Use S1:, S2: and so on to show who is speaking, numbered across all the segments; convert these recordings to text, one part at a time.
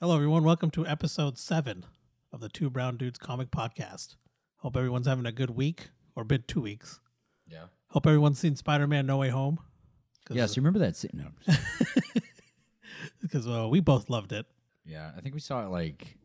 S1: Hello, everyone. Welcome to episode seven of the Two Brown Dudes Comic Podcast. Hope everyone's having a good week or been two weeks.
S2: Yeah.
S1: Hope everyone's seen Spider Man No Way Home.
S3: Yes, you remember that scene? No.
S1: Because uh, we both loved it.
S3: yeah, I think we saw it like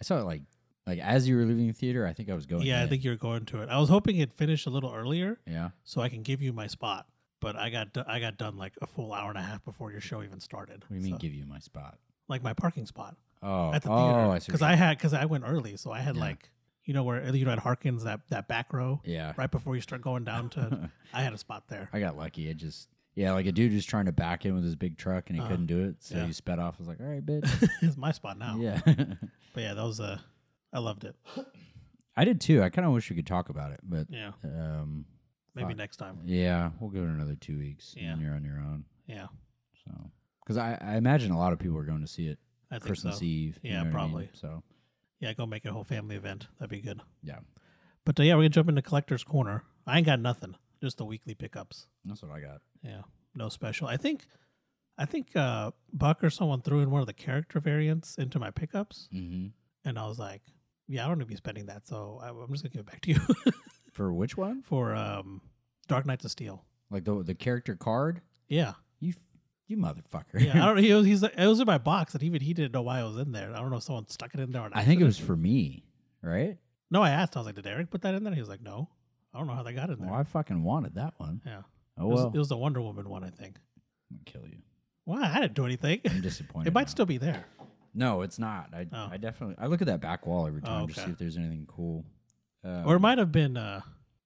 S3: I saw it like like as you were leaving the theater. I think I was going.
S1: Yeah, I
S3: in.
S1: think you're going to it. I was hoping it finished a little earlier
S3: Yeah.
S1: so I can give you my spot, but I got do- I got done like a full hour and a half before your show even started.
S3: What do you mean?
S1: So,
S3: Give you my spot?
S1: like my parking spot
S3: Oh,
S1: at the
S3: oh, I
S1: theater.
S3: see.
S1: Because
S3: what
S1: I had because I went early, so I had
S3: Yeah.
S1: like you know where you know at Harkins that that back row
S3: you- yeah.
S1: right before you start going down to. I had a spot there.
S3: I got lucky. It just yeah, like a dude just trying to back in with his big truck and he
S1: Uh,
S3: couldn't do it, so
S1: yeah.
S3: he sped off. I was like, all right, bitch.
S1: it's my spot now.
S3: yeah,
S1: But yeah, that was uh, I loved it.
S3: I did too. I kind of wish we could talk about it, but
S1: Yeah,
S3: um,
S1: maybe
S3: Fuck.
S1: next time.
S3: yeah, we'll go to another two weeks.
S1: Yeah.
S3: and you're on your own.
S1: Yeah,
S3: So, because I, I imagine a lot of people are going to see it
S1: I think
S3: Christmas
S1: so.
S3: Eve. you
S1: Yeah,
S3: know what I mean?
S1: probably.
S3: So
S1: Yeah, go make it a whole family event. That'd be good.
S3: yeah,
S1: But uh, yeah, we're gonna jump into collector's corner. I ain't got nothing. Just the weekly pickups.
S3: that's what I got.
S1: Yeah, no special. I think, I think uh, Buck or someone threw in one of the character variants into my pickups,
S3: Mm-hmm.
S1: and I was like, yeah, I don't need to be spending that, so I, I'm just gonna give it back to you
S3: For which one?
S1: for um, Dark Knights of Steel.
S3: Like the the character card?
S1: Yeah,
S3: You you motherfucker.
S1: yeah. I don't. He was, he's. It was in my box, and even he didn't know why it was in there. I don't know if someone stuck it in there. Or
S3: I think it was for me, right?
S1: No, I asked. I was like, "Did Eric put that in there?" He was like, "No, I don't know how they got in there."
S3: Well, I fucking wanted that one.
S1: yeah, it
S3: Oh
S1: was,
S3: well,
S1: it was the Wonder Woman one, I think.
S3: I'm gonna kill you.
S1: Why I didn't do anything.
S3: I'm
S1: it
S3: disappointed.
S1: might
S3: now.
S1: still be there.
S3: No, it's not. I
S1: Oh.
S3: I definitely I look at that back wall every time to
S1: okay.
S3: see if there's anything cool. Um,
S1: or it might have been uh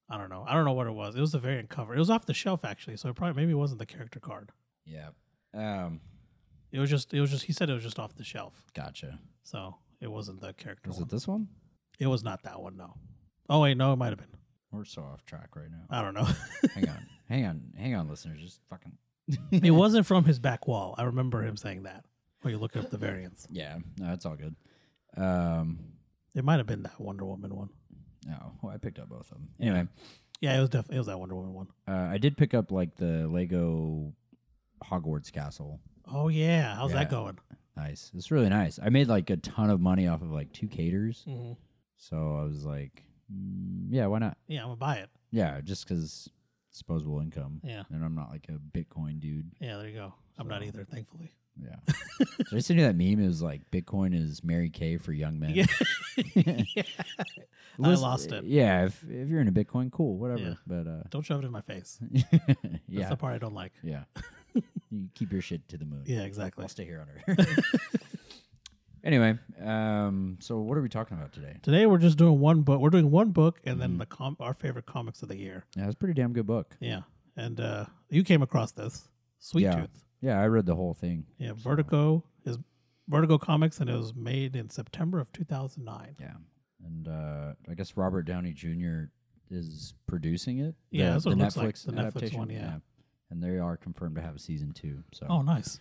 S1: I don't know. I don't know what it was. It was the variant cover. It was off the shelf actually, so it probably maybe it wasn't the character card.
S3: yeah. Um,
S1: It was just it was just he said it was just off the shelf.
S3: gotcha.
S1: So it wasn't the character
S3: Was
S1: one.
S3: it this one?
S1: it was not that one, no. Oh wait, no, it might have been.
S3: We're so off track right now.
S1: I don't know.
S3: hang on, hang on, hang on, listeners. Just fucking.
S1: it wasn't from his back wall. I remember him saying that. When you look up the variants.
S3: Yeah, no, it's all good. Um,
S1: It might have been that Wonder Woman one.
S3: no, well, I picked up both of them. Anyway,
S1: Yeah, it was definitely it was that Wonder Woman one.
S3: uh, I did pick up like the Lego Hogwarts castle.
S1: Oh yeah. How's
S3: Yeah.
S1: that going?
S3: Nice. It's really nice. I made like a ton of money off of like two caters,
S1: Mm-hmm.
S3: so I was like, mm, yeah, why not?
S1: Yeah, I'm gonna buy it.
S3: Yeah, just because disposable income.
S1: Yeah.
S3: And I'm not like a Bitcoin dude.
S1: Yeah, there you go. I'm not
S3: So-
S1: either, thankfully.
S3: Yeah. Did I send you that meme? It was like Bitcoin is Mary Kay for young men.
S1: Yeah. yeah. I
S3: Listen-
S1: lost it.
S3: Yeah, if if you're into Bitcoin, cool, whatever.
S1: Don't shove it in my face.
S3: But uh,
S1: That's
S3: yeah,
S1: the part I don't like.
S3: yeah. you keep your shit to the moon.
S1: Yeah, exactly.
S3: I'll stay here on Earth. anyway, um, so what are we talking about today?
S1: Today we're just doing one book. We're doing one book and
S3: Mm-hmm.
S1: then the com- our favorite comics of the year.
S3: Yeah, it's a pretty damn good book.
S1: Yeah. And uh, you came across this Sweet
S3: Yeah.
S1: Tooth.
S3: Yeah, I read the whole thing.
S1: Yeah, Vertigo is Vertigo Comics and it was made in September of 2009.
S3: Yeah, and uh, I guess Robert Downey Jr. is producing it.
S1: Yeah,
S3: the,
S1: that's what
S3: the
S1: it looks
S3: Netflix
S1: like, the Netflix
S3: adaptation.
S1: one, yeah.
S3: and they are confirmed to have a season two. So
S1: Oh, nice.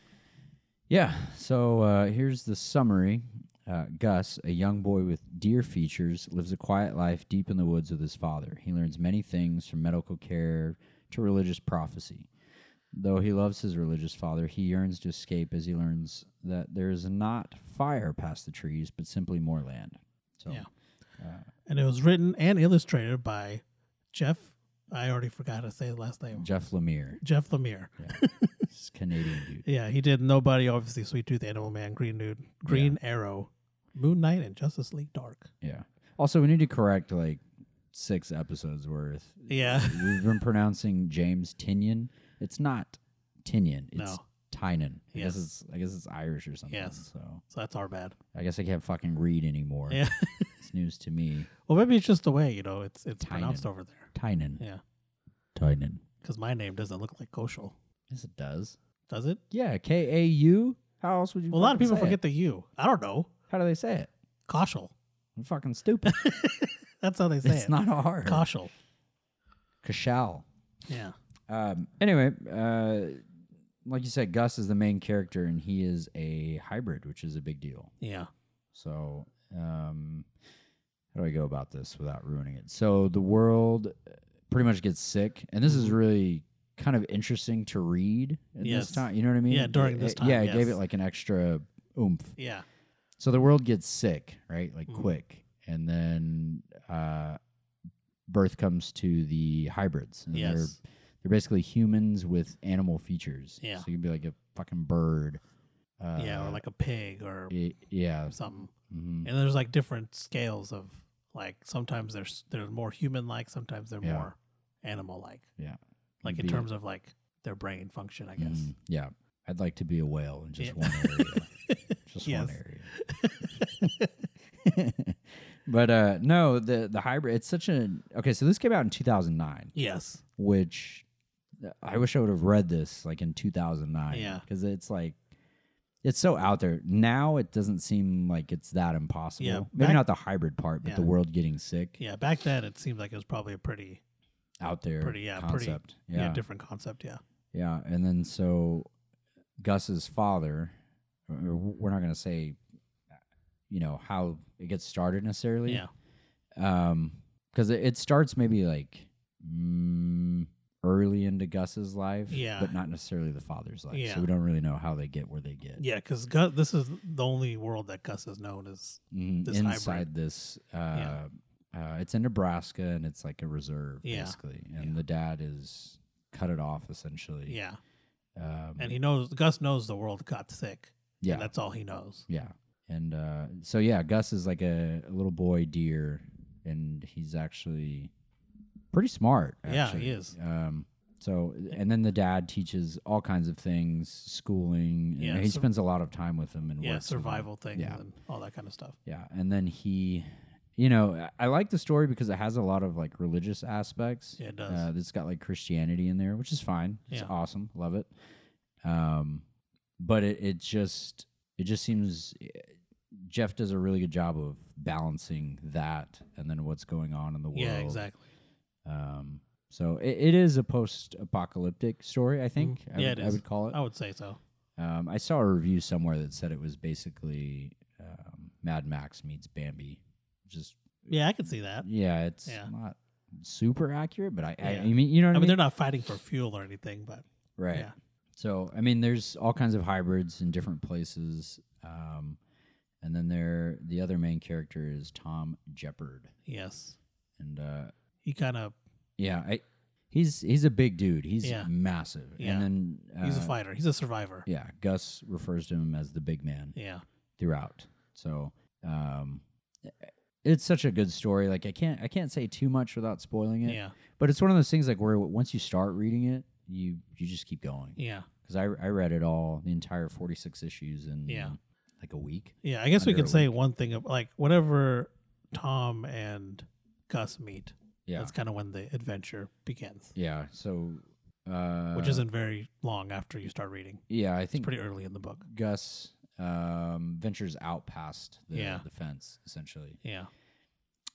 S3: Yeah. So uh, here's the summary. Uh, Gus, a young boy with deer features, lives a quiet life deep in the woods with his father. He learns many things from medical care to religious prophecy. Though he loves his religious father, he yearns to escape as he learns that there is not fire past the trees, but simply more land. So,
S1: Yeah.
S3: uh,
S1: And it was written and illustrated by Jeff. I already forgot how to say his last name.
S3: Jeff Lemire,
S1: Jeff Lemire.
S3: yeah, this Canadian dude.
S1: Yeah, he did Nobody, obviously Sweet Tooth, Animal Man, Green Dude, Green Arrow, Moon Knight, and Justice League Dark.
S3: Yeah. Also, we need to correct like six episodes worth.
S1: Yeah.
S3: We've been pronouncing James Tinian. It's not Tinian. It's
S1: No.
S3: Tynan. I
S1: Yes.
S3: guess it's I guess it's Irish or something.
S1: Yes.
S3: So
S1: So that's our bad.
S3: I guess I can't fucking read anymore.
S1: Yeah.
S3: It's news to me.
S1: Well, maybe it's just the way you know it's it's
S3: Tynan.
S1: pronounced over there.
S3: Tynan.
S1: Yeah,
S3: Tynan.
S1: because my name doesn't look like Koshal,
S3: Yes, it does.
S1: does it?
S3: Yeah. K A U. How else would you?
S1: Well, a lot of
S3: fucking
S1: people
S3: say
S1: forget
S3: It?
S1: the U. I don't know
S3: How do they say it?
S1: Koshal.
S3: I'm fucking stupid.
S1: That's how they say
S3: it's
S1: it.
S3: not hard.
S1: Koshal.
S3: Kashal.
S1: Yeah,
S3: Um, anyway, uh, like you said, Gus is the main character, and he is a hybrid, which is a big deal.
S1: yeah,
S3: So, um, how do I go about this without ruining it? So the world uh, pretty much gets sick, and this is really kind of interesting to read in
S1: Mm-hmm. Yes.
S3: this time. You know what I mean?
S1: Yeah, during this
S3: It- yeah,
S1: time,
S3: it gave
S1: yes.
S3: it like an extra oomph.
S1: yeah.
S3: So the world gets sick, right? Like
S1: Mhm.
S3: quick, and then uh, birth comes to the hybrids. And They're
S1: Yes.
S3: they're basically humans with animal features.
S1: Yeah.
S3: So you can be like a fucking bird. Uh,
S1: yeah, or like a pig or
S3: y- yeah.
S1: something. And
S3: mhm.
S1: there's like different scales of like sometimes they're s- they're more human like, sometimes they're
S3: Yeah.
S1: more animal like.
S3: Yeah.
S1: Like
S3: You'd
S1: in
S3: be-
S1: terms of like their brain function, I guess.
S3: Mm, yeah. I'd like to be a whale in just
S1: Yeah.
S3: one area. just
S1: Yes.
S3: one area. but uh no, the the hybrid it's such an Okay, so this came out in 2009,
S1: Yes.
S3: which uh, I wish I would have read this like in 2009
S1: Yeah.
S3: cuz it's like it's so out there. Now it doesn't seem like it's that impossible.
S1: Yeah,
S3: Maybe
S1: back-
S3: not the hybrid part, but the
S1: Yeah.
S3: world getting sick
S1: Yeah. Back then it seemed like it was probably a pretty
S3: out there
S1: Pretty- yeah, pretty-
S3: concept.
S1: yeah, different concept, yeah.
S3: Yeah, and then so Gus's father, uh, or- or we're not going to say, you know, how it gets started necessarily.
S1: Yeah.
S3: Um, because it, it starts maybe like mm, early into Gus's life.
S1: Yeah.
S3: But not necessarily the father's life.
S1: Yeah.
S3: So we don't really know how they get where they get.
S1: Yeah, because Gus, this is the only world that Gus is known as.
S3: Mm,
S1: This hybrid.
S3: inside this, uh,
S1: Yeah.
S3: uh, it's in Nebraska and it's like a reserve
S1: Yeah.
S3: basically, and
S1: Yeah.
S3: the dad is cut it off essentially.
S1: Yeah,
S3: Um,
S1: and he knows Gus knows the world got sick. and
S3: yeah.
S1: that's all he knows.
S3: Yeah. And uh, so yeah, Gus is like a, a little boy deer, and he's actually pretty smart.
S1: Yeah,
S3: actually.
S1: he is.
S3: Um, so and then the dad teaches all kinds of things, schooling. Yeah,
S1: Yeah,
S3: he
S1: sur-
S3: spends a lot of time with him and
S1: Yeah,
S3: works with him.
S1: survival things
S3: Yeah.
S1: and all that kind of stuff.
S3: Yeah, and then he, you know, I I like the story because it has a lot of like religious aspects.
S1: Yeah, it does.
S3: Uh, it's got like Christianity in there, which is fine. It's
S1: Yeah.
S3: awesome. Love it. Um, but it, it just it just seems eh, Jeff does a really good job of balancing that and then what's going on in the world.
S1: yeah, exactly.
S3: Um, so it, it is a post-apocalyptic story. I think. I
S1: Mm-hmm. Yeah,
S3: would,
S1: it
S3: I
S1: is. Oh.
S3: would call it.
S1: I would say so.
S3: Um, I saw a review somewhere that said it was basically um, Mad Max meets Bambi. Just
S1: Yeah, I could see that.
S3: yeah, it's
S1: Yeah.
S3: not super accurate, but I, I,
S1: Yeah.
S3: I mean, you know
S1: I
S3: what I
S1: mean,
S3: mean,
S1: they're not fighting for fuel or anything, but
S3: right?
S1: yeah.
S3: So I mean, there's all kinds of hybrids in different places, um, and then there the other main character is Tom Jeopard,
S1: yes,
S3: and uh,
S1: he kind of
S3: yeah, I he's he's a big dude. He's
S1: Yeah.
S3: massive,
S1: Yeah.
S3: and then uh,
S1: he's a fighter. He's a survivor. Yeah.
S3: Yeah, Gus refers to him as the big man. throughout. So um, it's such a good story. Like I can't I can't say too much without spoiling
S1: Yeah,
S3: it.
S1: yeah,
S3: But it's one of those things like where once you start reading it, you you just keep going.
S1: yeah.
S3: Because I I read it all the entire forty six issues in
S1: Yeah.
S3: like a week.
S1: I guess we
S3: Under a
S1: could say one thing of like whenever Tom and Gus meet,
S3: Yeah.
S1: that's kind of when the adventure begins,
S3: yeah. So uh,
S1: which isn't very long after you start reading.
S3: yeah I
S1: It's
S3: think
S1: pretty early in the book.
S3: Gus um ventures out past the,
S1: Yeah.
S3: the fence essentially
S1: Yeah,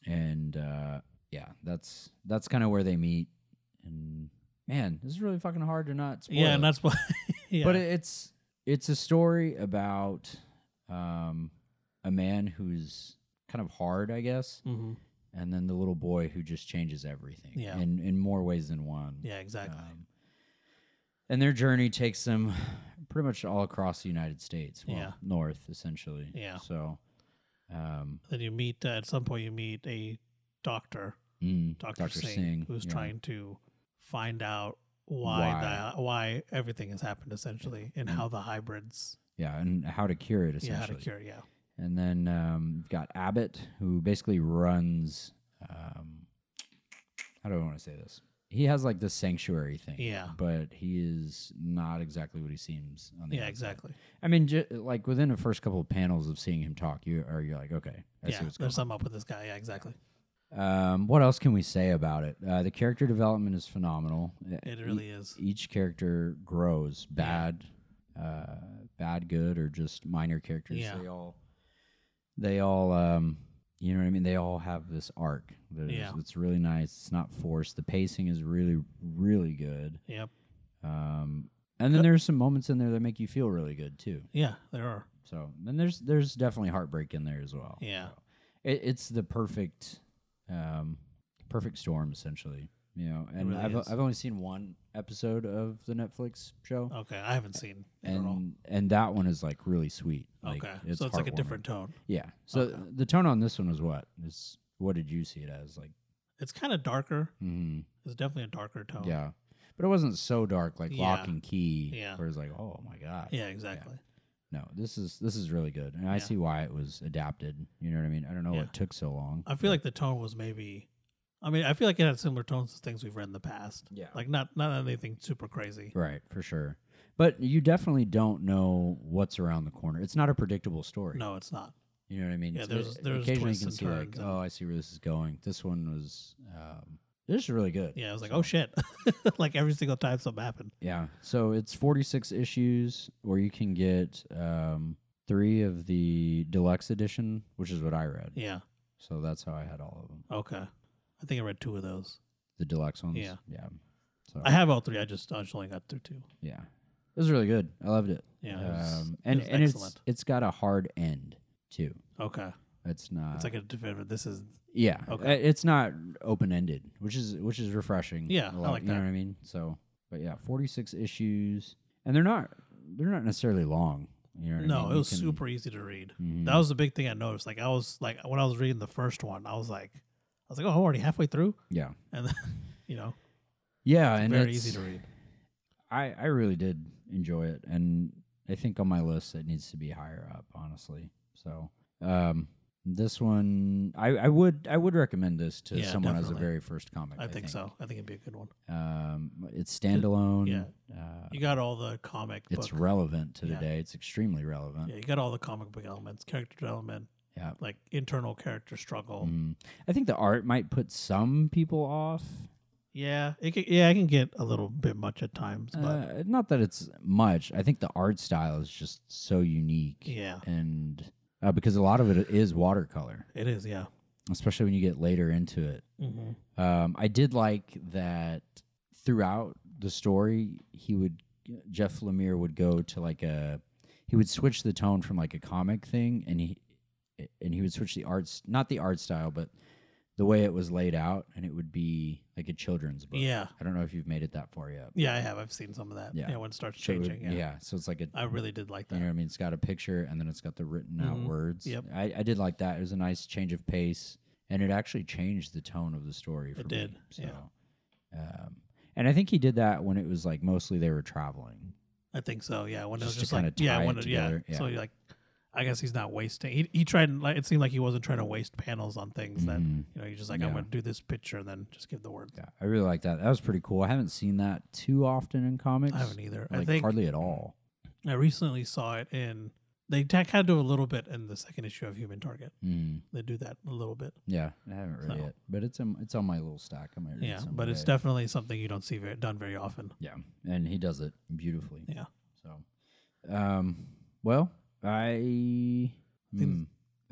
S3: and uh yeah that's that's kind of where they meet and man this is really fucking hard to not spoil
S1: yeah,
S3: it.
S1: and that's why. yeah.
S3: but it- it's it's a story about um, a man who's kind of hard, I guess,
S1: Mhm.
S3: and then the little boy who just changes everything
S1: Yeah.
S3: in in more ways than one.
S1: Yeah, exactly.
S3: Um, and their journey takes them pretty much all across the United States, well,
S1: Yeah.
S3: north essentially.
S1: Yeah.
S3: So, um,
S1: then you meet uh, at some point you meet a doctor,
S3: mm,
S1: Doctor Singh, who's
S3: yeah.
S1: trying to find out why
S3: Why.
S1: The, why everything has happened essentially and how the hybrids
S3: yeah, and how to cure it essentially.
S1: yeah how to cure it, yeah
S3: And then um, you've got Abbott, who basically runs. Um, how do I want to say this? He has like this sanctuary thing.
S1: Yeah.
S3: But he is not exactly what he seems on the
S1: yeah
S3: outside.
S1: exactly
S3: I mean, ju- like within the first couple of panels of seeing him talk, you are you're like, okay, I
S1: yeah
S3: see what's going
S1: there's something up with this guy yeah exactly
S3: on. Um, what else can we say about it? Uh, the character development is phenomenal. E,
S1: it really is
S3: Each character grows bad, uh, bad, good, or just minor characters.
S1: Yeah.
S3: They all, they all, um, you know what I mean? They all have this arc. There's,
S1: Yeah.
S3: It's really nice. It's not forced. The pacing is really, really good.
S1: yep
S3: Um, and then there's some moments in there that make you feel really good too.
S1: yeah there are
S3: So then there's there's definitely heartbreak in there as well.
S1: Yeah.
S3: So, it, it's the perfect, um, perfect storm essentially. You know, and
S1: really
S3: I've
S1: is.
S3: I've only seen one episode of the Netflix show,
S1: Okay, I haven't seen it at all.
S3: and and that one is like really sweet. Like,
S1: okay, so it's like a
S3: heartwarming.
S1: different tone.
S3: Yeah. So
S1: Okay.
S3: th- the tone on this one was what? Is what did you see it as? Like,
S1: It's kind of darker.
S3: mm,
S1: It's definitely a darker tone.
S3: yeah, but it wasn't so dark like Lock
S1: Oh. Yeah.
S3: and Key,
S1: Yeah.
S3: where it's like, oh my god.
S1: yeah, exactly.
S3: No, this is this is really good, and I
S1: Yeah.
S3: see why it was adapted. You know what I mean? I don't know
S1: Yeah.
S3: what took so long.
S1: I feel like the tone was maybe. I mean, I feel like it had similar tones to things we've read in the past.
S3: Yeah.
S1: like not not anything super crazy.
S3: right for sure, but you definitely don't know what's around the corner. It's not a predictable story.
S1: No, it's not.
S3: You know what I mean?
S1: Yeah,
S3: So
S1: there's-
S3: o-
S1: there's
S3: occasionally you
S1: twists
S3: can
S1: and
S3: see like,
S1: turns and-
S3: oh, I see where this is going. This one was, um, this is really good.
S1: Yeah, I was like,
S3: So-
S1: oh shit, like every single time something happened.
S3: Yeah. So it's 46 issues where you can get um, three of the deluxe edition, which is what I read.
S1: Yeah.
S3: So that's how I had all of them.
S1: Okay. I think I read two of those.
S3: The deluxe ones.
S1: Yeah.
S3: Yeah. So
S1: I have all three. I just I just only got through two.
S3: yeah, it was really good. I loved it. Um,
S1: Yeah, it was- it
S3: and
S1: was
S3: and it's
S1: excellent.
S3: it's got a hard end too.
S1: Okay.
S3: It's not.
S1: it's like a definitive. This is
S3: yeah.
S1: okay.
S3: uh, It's not open ended, which is which is refreshing.
S1: Yeah,
S3: a
S1: I
S3: lot,
S1: like
S3: You know
S1: that.
S3: what I mean? So, but yeah, 46 issues, and they're not they're not necessarily long. You know what I
S1: no.
S3: mean?
S1: It
S3: You
S1: was
S3: can-
S1: super easy to read.
S3: Mhm.
S1: That was the big thing I noticed. Like I was like when I was reading the first one, I was like, I was like, oh, I'm already halfway through,
S3: yeah.
S1: and then, you know,
S3: Yeah,
S1: it's
S3: and
S1: very
S3: it's-
S1: easy to read.
S3: I I really did enjoy it, and I think on my list it needs to be higher up, honestly. So, um, this one I I would I would recommend this to
S1: Yeah,
S3: someone as a
S1: definitely.
S3: very first comic.
S1: I, think, so. I think it'd be a good one.
S3: Um, it's standalone.
S1: Yeah.
S3: Uh,
S1: You got all the comic.
S3: it's
S1: book.
S3: relevant to
S1: Yeah.
S3: today. It's extremely relevant.
S1: yeah. You got all the comic book elements, character development,
S3: Yeah.
S1: like internal character struggle.
S3: Mm. I think the art might put some people off.
S1: Yeah, it can, yeah, I can get a little bit much at times, but
S3: uh, not that it's much. I think the art style is just so unique.
S1: yeah,
S3: And uh, because a lot of it is watercolor.
S1: it is. Yeah.
S3: especially when you get later into it.
S1: Mm-hmm.
S3: Um, I did like that throughout the story, he would Jeff Lemire would go to like a he would switch the tone from like a comic thing, and he and he would switch the arts not the art style, but the way it was laid out, and it would be like a children's book.
S1: Yeah.
S3: I don't know if you've made it that far yet.
S1: Yeah, I have. I've seen some of that.
S3: Yeah.
S1: Yeah, when it starts
S3: So it would-
S1: changing. yeah.
S3: so it's like a
S1: I really did like
S3: you know
S1: that.
S3: what I mean? It's got a picture and then it's got the written out
S1: Mhm.
S3: words.
S1: Yep.
S3: I, I did like that. It was a nice change of pace and it actually changed the tone of the story for me.
S1: did,
S3: So,
S1: yeah.
S3: um, and I think he did that when it was like mostly they were traveling.
S1: I think so. Yeah, when
S3: Just
S1: it
S3: to
S1: was just
S3: kinda
S1: like yeah,
S3: tie
S1: when
S3: it
S1: it, yeah.
S3: together,
S1: So
S3: yeah.
S1: like, I guess he's not wasting. He, he tried. and, Like, it seemed like he wasn't trying to waste panels on things that
S3: Mhm.
S1: you know. You're just like
S3: Yeah.
S1: I'm going to do this picture and then just give the words.
S3: Yeah, I really like that. That was pretty cool. I haven't seen that too often in comics.
S1: I haven't either.
S3: Like
S1: I think
S3: hardly at all.
S1: I recently saw it in. They ta- kind of do a little bit in the second issue of Human Target.
S3: Mm,
S1: They do that a little bit.
S3: yeah, I haven't read
S1: So-
S3: it, but it's in, it's on my little stack. I might read
S1: Yeah,
S3: it
S1: but it's
S3: someday.
S1: definitely something you don't see very, done very often.
S3: Yeah, and he does it beautifully.
S1: Yeah.
S3: So, um, well, I,
S1: Things-
S3: hmm,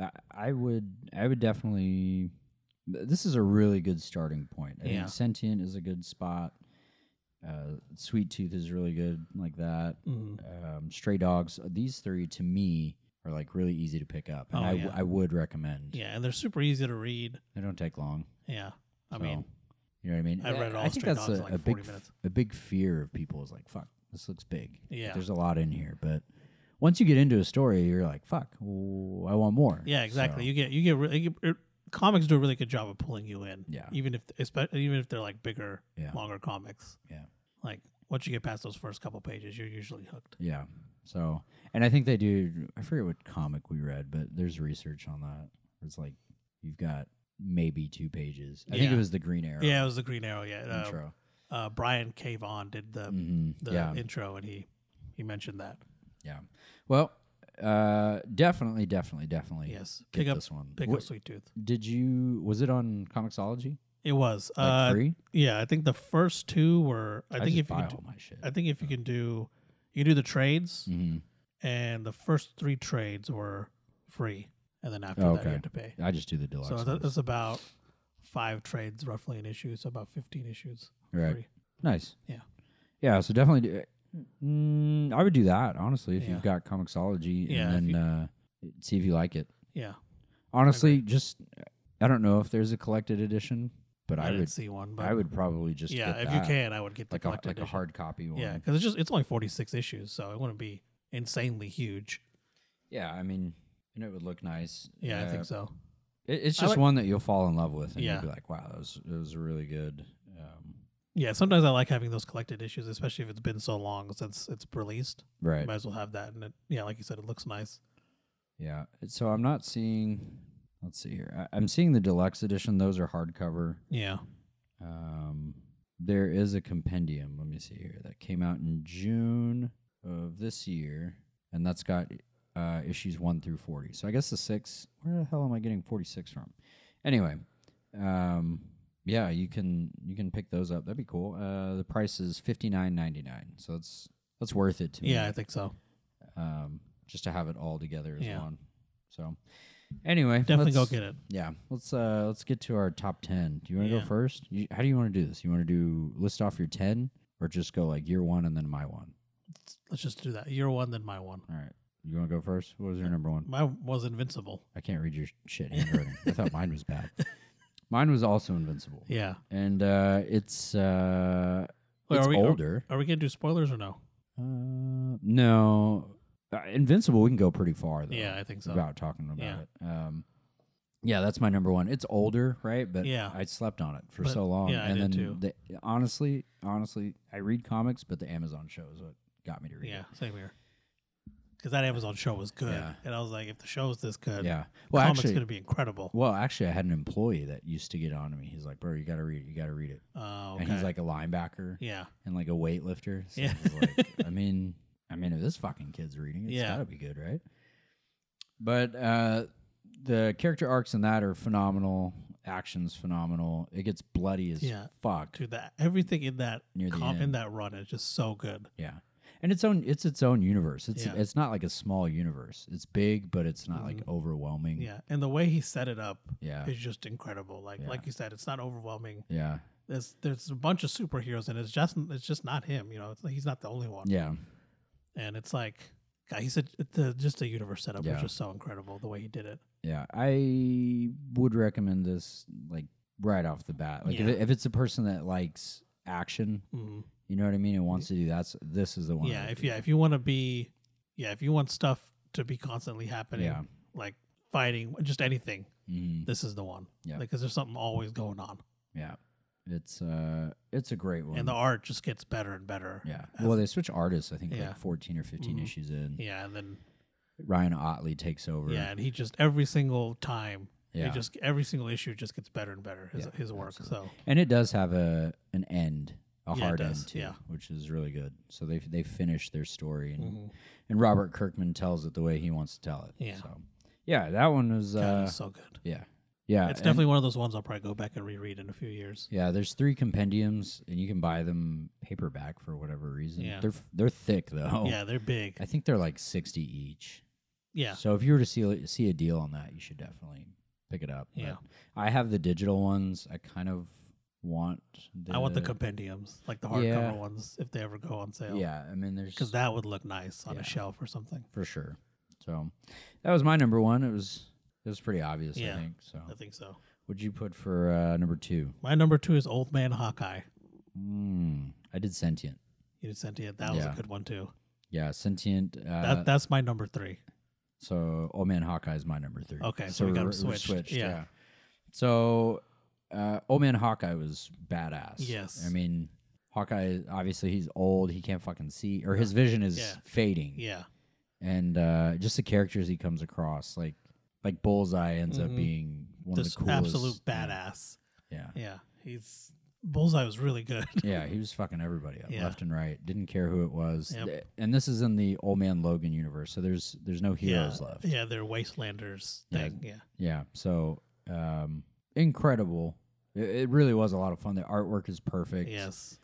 S3: I, I would, I would definitely. th- This is a really good starting point. I
S1: Yeah.
S3: think Sentient is a good spot. Uh, Sweet Tooth is really good, like that.
S1: hmm
S3: Um, Stray Dogs. These three to me are like really easy to pick up, and
S1: Oh,
S3: I,
S1: yeah.
S3: I would recommend.
S1: Yeah, and they're super easy to read.
S3: They don't take long.
S1: Yeah, I
S3: so,
S1: mean,
S3: you know what I mean.
S1: I read all
S3: I think
S1: Stray
S3: that's
S1: Dogs in
S3: a,
S1: like
S3: a
S1: 40
S3: big, f-
S1: minutes.
S3: a big fear of people is like, fuck, this looks big. Like,
S1: Yeah.
S3: there's a lot in here, but once you get into a story, you're like, fuck, ooh, I want more.
S1: yeah, exactly.
S3: So,
S1: You get you get really you get- er, comics do a really good job of pulling you in.
S3: Yeah.
S1: even if espe- even if they're like bigger,
S3: Yeah.
S1: longer comics.
S3: Yeah.
S1: like once you get past those first couple pages, you're usually hooked.
S3: yeah. So, and I think they do. I forget what comic we read, but there's research on that. It's like you've got maybe two pages. I think it
S1: Yeah.
S3: was the Green Arrow
S1: Yeah, it was the Green Arrow. Yeah, uh,
S3: intro.
S1: uh, Brian K. Vaughan did the
S3: hmm
S1: the
S3: yeah,
S1: intro, and he he mentioned that.
S3: yeah. Well, uh, definitely, definitely, definitely.
S1: Yes,
S3: Get
S1: pick up
S3: this one.
S1: pick
S3: What-
S1: up Sweet Tooth.
S3: did you? Was it on Comixology?
S1: It was
S3: Like
S1: uh,
S3: free?
S1: yeah. I think the first two were. I, think
S3: just
S1: if you
S3: buy
S1: could,
S3: all my shit.
S1: I think if you can do you can do the trades.
S3: Mhm.
S1: and the first three trades were free, and then after
S3: Oh,
S1: that
S3: okay.
S1: you had to pay.
S3: I just do the deluxe.
S1: So
S3: ones.
S1: that- that's about five trades, roughly an issue. So about fifteen issues. for
S3: Right.
S1: Free.
S3: Nice.
S1: Yeah.
S3: Yeah. So definitely, do, mm, I would do that honestly if
S1: Yeah.
S3: you've got Comixology,
S1: Yeah, if
S3: and then uh, see if you like it.
S1: Yeah,
S3: Honestly, just I don't know if there's a collected edition. but
S1: I,
S3: I,
S1: didn't
S3: would
S1: see one. But
S3: I would probably just
S1: yeah,
S3: get
S1: if you
S3: that,
S1: can, I would get the
S3: like a
S1: collected
S3: like a
S1: edition.
S3: hard copy one.
S1: Yeah, because it's just it's only forty six issues, so it wouldn't be insanely huge.
S3: Yeah, I mean, and it would look nice.
S1: Yeah, I
S3: Uh,
S1: think so.
S3: It, it's
S1: I
S3: just
S1: like-
S3: one that you'll fall in love with, and
S1: Yeah.
S3: you'll be like, "Wow, that was it was really good." Um,
S1: Yeah, sometimes I like having those collected issues, especially if it's been so long since it's released.
S3: right?
S1: Might as well have that, and it, yeah, like you said, it looks nice.
S3: Yeah. So I'm not seeing. Let's see here. I, I'm seeing the deluxe edition. Those are hardcover.
S1: Yeah,
S3: Um, there is a compendium. Let me see here. That came out in June of this year, and that's got uh, issues one through forty. So I guess the six. Where the hell am I getting forty six from? Anyway, um, yeah, you can you can pick those up. That'd be cool. Uh, the price is fifty nine ninety nine. So that's that's worth it to me
S1: yeah, I think so.
S3: um, just to have it all together as
S1: Yeah.
S3: one. So, anyway,
S1: Definitely go
S3: let's-
S1: get it.
S3: Yeah, let's uh, let's get to our top ten. Do you want to
S1: Yeah.
S3: go first? You, how do you want to do this? You want to do list off your ten, or just go like your one and then my one?
S1: Let's just do that. Your one, then my one.
S3: All right, you want to go first? What was your number one?
S1: Mine was invincible.
S3: I can't read your shit handwriting. I thought mine was bad. Mine was also invincible,
S1: Yeah.
S3: and uh, it's uh,
S1: Wait,
S3: it's
S1: are we are-
S3: older.
S1: Are, we gonna do spoilers or no?
S3: Uh, no, uh, invincible. We can go pretty far though.
S1: Yeah, I think so.
S3: without talking about
S1: Yeah.
S3: it. Um, yeah, that's my number one. It's older, right? But
S1: Yeah.
S3: I slept on it for
S1: But-
S3: so long.
S1: yeah, I
S3: and
S1: did
S3: then
S1: too.
S3: The, honestly, honestly, I read comics, but the Amazon show is what got me to read
S1: Yeah, same here. Because that Amazon show was good,
S3: Yeah.
S1: and I was like, if the show's this good,
S3: it. Yeah. Well,
S1: well, comic's
S3: actually,
S1: gonna be incredible.
S3: well, actually, I had an employee that used to get on to me. He's like, "Bro, you got to read it. You got to read it."
S1: Oh,
S3: And he's
S1: okay.
S3: like a linebacker
S1: yeah,
S3: and like a weightlifter. So
S1: Yeah.
S3: I was like, I mean, I mean, if this fucking kid's reading, it, it's
S1: Yeah.
S3: gotta be good, right? But uh, the character arcs in that are phenomenal. Action's phenomenal. It gets bloody as
S1: Yeah.
S3: fuck.
S1: dude, that everything in that
S3: Near the
S1: com- in
S3: end.
S1: that run is just so good.
S3: Yeah, and its own it's its own universe. It's
S1: Yeah. Mm-hmm.
S3: it's not like a small universe. It's big, but it's not like overwhelming.
S1: Yeah, and the way he set it up
S3: yeah,
S1: is just incredible. Like
S3: Yeah.
S1: like you said, it's not overwhelming.
S3: yeah,
S1: There's there's a bunch of superheroes, and it's just it's just not him. You know, it's, he's not the only one.
S3: yeah.
S1: And it's like, God, he said the, just the universe setup was
S3: Yeah.
S1: just so incredible the way he did it.
S3: Yeah, I would recommend this like right off the bat. Like if,
S1: Yeah.
S3: it, if it's a person that likes action,
S1: Mhm.
S3: you know what I mean, and wants to do that, so this is the one. I
S1: Yeah,
S3: would
S1: if
S3: do.
S1: yeah, if you want to be, yeah, if you want stuff to be constantly happening,
S3: Yeah.
S1: like fighting, just anything,
S3: Mhm.
S1: this is the one.
S3: Yeah.
S1: because there's something always going on,
S3: Mm-hmm. yeah, it's uh, it's a great one.
S1: and the art just gets better and better.
S3: yeah,
S1: as-
S3: well, they switch artists. I think
S1: Yeah.
S3: like fourteen or 15
S1: Mhm.
S3: issues in.
S1: yeah, and then
S3: Ryan Otley takes over.
S1: yeah, and he just every single time,
S3: yeah.
S1: he just every single issue just gets better and better. His
S3: Yeah,
S1: his work,
S3: absolutely.
S1: so
S3: and it does have a an end,
S1: Yeah,
S3: a
S1: it
S3: hard
S1: does,
S3: end too,
S1: yeah.
S3: which is really good. So they they finish their story, and,
S1: mhm.
S3: and Robert Kirkman tells it the way he wants to tell it.
S1: Yeah.
S3: So, yeah, that one was.
S1: God,
S3: Uh,
S1: it's so good.
S3: Yeah. Yeah.
S1: It's
S3: and-
S1: definitely one of those ones I'll probably go back and reread in a few years.
S3: Yeah, there's three compendiums and you can buy them paperback for whatever reason.
S1: Yeah.
S3: They're f- they're thick though.
S1: Yeah, they're big.
S3: Oh. I think they're like 60 each.
S1: Yeah,
S3: So if you were to see see a deal on that, you should definitely pick it up. But
S1: Yeah.
S3: I have the digital ones. I kind of want the
S1: I want the compendiums, like the hardcover
S3: Yeah.
S1: ones, if they ever go on sale.
S3: Yeah, I mean there's
S1: because that would look nice on
S3: Yeah.
S1: a shelf or something.
S3: for sure. So that was my number 1. It was it was pretty obvious,
S1: Yeah.
S3: I think. So
S1: I think so.
S3: what'd you put for uh, number 2?
S1: My number two is Old Man Hawkeye.
S3: Mm, I did sentient.
S1: You sent it. That was
S3: Yeah.
S1: a good one too.
S3: Yeah, sentient uh,
S1: That that's my number three.
S3: So Old Man Hawkeye is my number three.
S1: Okay, so we got 'em
S3: we're- we're
S1: switched. Yeah.
S3: So uh, Old Man Hawkeye was badass.
S1: Yes.
S3: I mean, Hawkeye obviously he's old. He can't fucking see, or his vision is
S1: Yeah.
S3: fading.
S1: Yeah,
S3: And uh, just the characters he comes across, like like Bullseye ends up
S1: Mhm.
S3: being one
S1: this
S3: of the coolest.
S1: absolute badass.
S3: Yeah.
S1: Yeah, he's Bullseye was really good.
S3: Yeah, he was fucking everybody up,
S1: Yeah.
S3: left and right. Didn't care who it was.
S1: Yep.
S3: Th- And this is in the Old Man Logan universe, so there's there's no
S1: yeah,
S3: heroes left.
S1: yeah, their Wastelanders
S3: Yeah.
S1: thing. Yeah,
S3: Yeah. So um, incredible. It, it really was a lot of fun. The artwork is perfect.
S1: yes,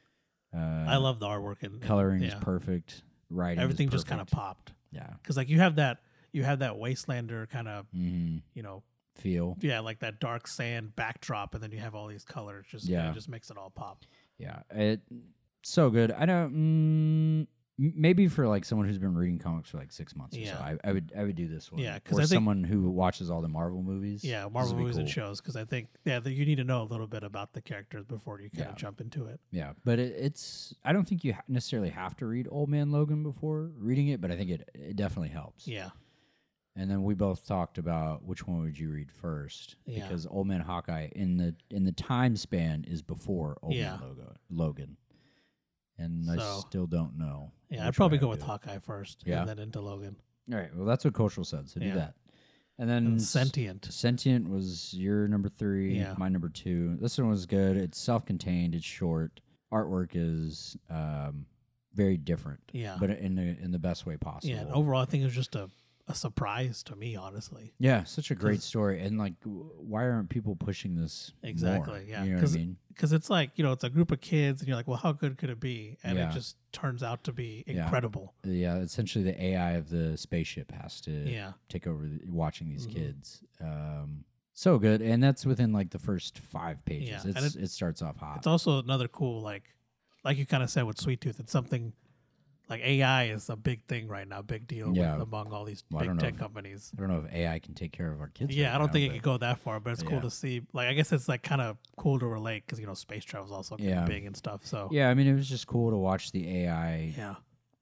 S3: Uh,
S1: I love the artwork and
S3: coloring
S1: yeah.
S3: is perfect. Writing. is
S1: Everything just kind of
S3: perfect.
S1: popped
S3: Yeah.
S1: because like you have that you have that Wastelander kind of
S3: hmm
S1: you know
S3: Feel.
S1: yeah like that dark sand backdrop and then you have all these colors just yeah
S3: Yeah.
S1: just makes it all pop.
S3: Yeah. It so good. I don't. Mm, M- Maybe for like someone who's been reading comics for like six months or
S1: Yeah.
S3: so, I, I would I would do this one.
S1: Yeah, 'cause I
S3: or
S1: think-
S3: someone who watches all the Marvel movies.
S1: Yeah,
S3: This
S1: Marvel
S3: would be
S1: movies and
S3: cool.
S1: shows because I think yeah that you need to know a little bit about the characters before you kind
S3: Yeah.
S1: of jump into it.
S3: Yeah, but it, it's I don't think you ha- necessarily have to read Old Man Logan before reading it, but I think it it definitely helps.
S1: Yeah,
S3: And then we both talked about which one would you read first
S1: Yeah.
S3: because Old Man Hawkeye in the in the time span is before Old
S1: Yeah.
S3: Man Logo, Logan. And I
S1: So-
S3: still don't know.
S1: yeah, I'd
S3: which
S1: probably
S3: way
S1: go
S3: I'd
S1: with
S3: do it.
S1: Hawkeye first,
S3: Yeah.
S1: and then into Logan
S3: All right, well that's what Cultural said, so
S1: Yeah.
S3: do that. And then
S1: and
S3: s-
S1: Sentient.
S3: Sentient was your number three.
S1: Yeah.
S3: My number two. This one was good. It's self contained. It's short. Artwork is um, very different.
S1: Yeah.
S3: But in the in the best way possible.
S1: Yeah, and overall, I think it was just a, a surprise to me, honestly.
S3: Yeah, such a great
S1: 'Cause-
S3: story. And like, w- why aren't people pushing this? more?
S1: Exactly, yeah,
S3: You know what I
S1: 'cause-
S3: mean?
S1: Because it's like you know, it's a group of kids, and you're like, well, how good could it be? And
S3: Yeah.
S1: it just turns out to be
S3: Yeah.
S1: incredible.
S3: Yeah. Essentially, the AI of the spaceship has to
S1: Yeah,
S3: take over the, watching these
S1: Mhm.
S3: kids. Um, so good, and that's within like the first five
S1: Yeah,
S3: pages.
S1: and
S3: It's,
S1: it-
S3: it starts off hot.
S1: it's also another cool like, like you kind of said with Sweet Tooth, it's something like AI is a big thing right now, big deal with-
S3: Yeah.
S1: among all these
S3: Well, I don't
S1: big
S3: know
S1: tech
S3: if-
S1: companies.
S3: I don't know if AI can take care of our kids.
S1: Yeah,
S3: right
S1: I don't
S3: now,
S1: think it
S3: but-
S1: could go that far, but it's
S3: Yeah.
S1: cool to see. Like, I guess it's like kind of cool to relate because you know space travel is also getting
S3: Yeah.
S1: big and stuff. So
S3: Yeah, I mean, it was just cool to watch the AI
S1: yeah,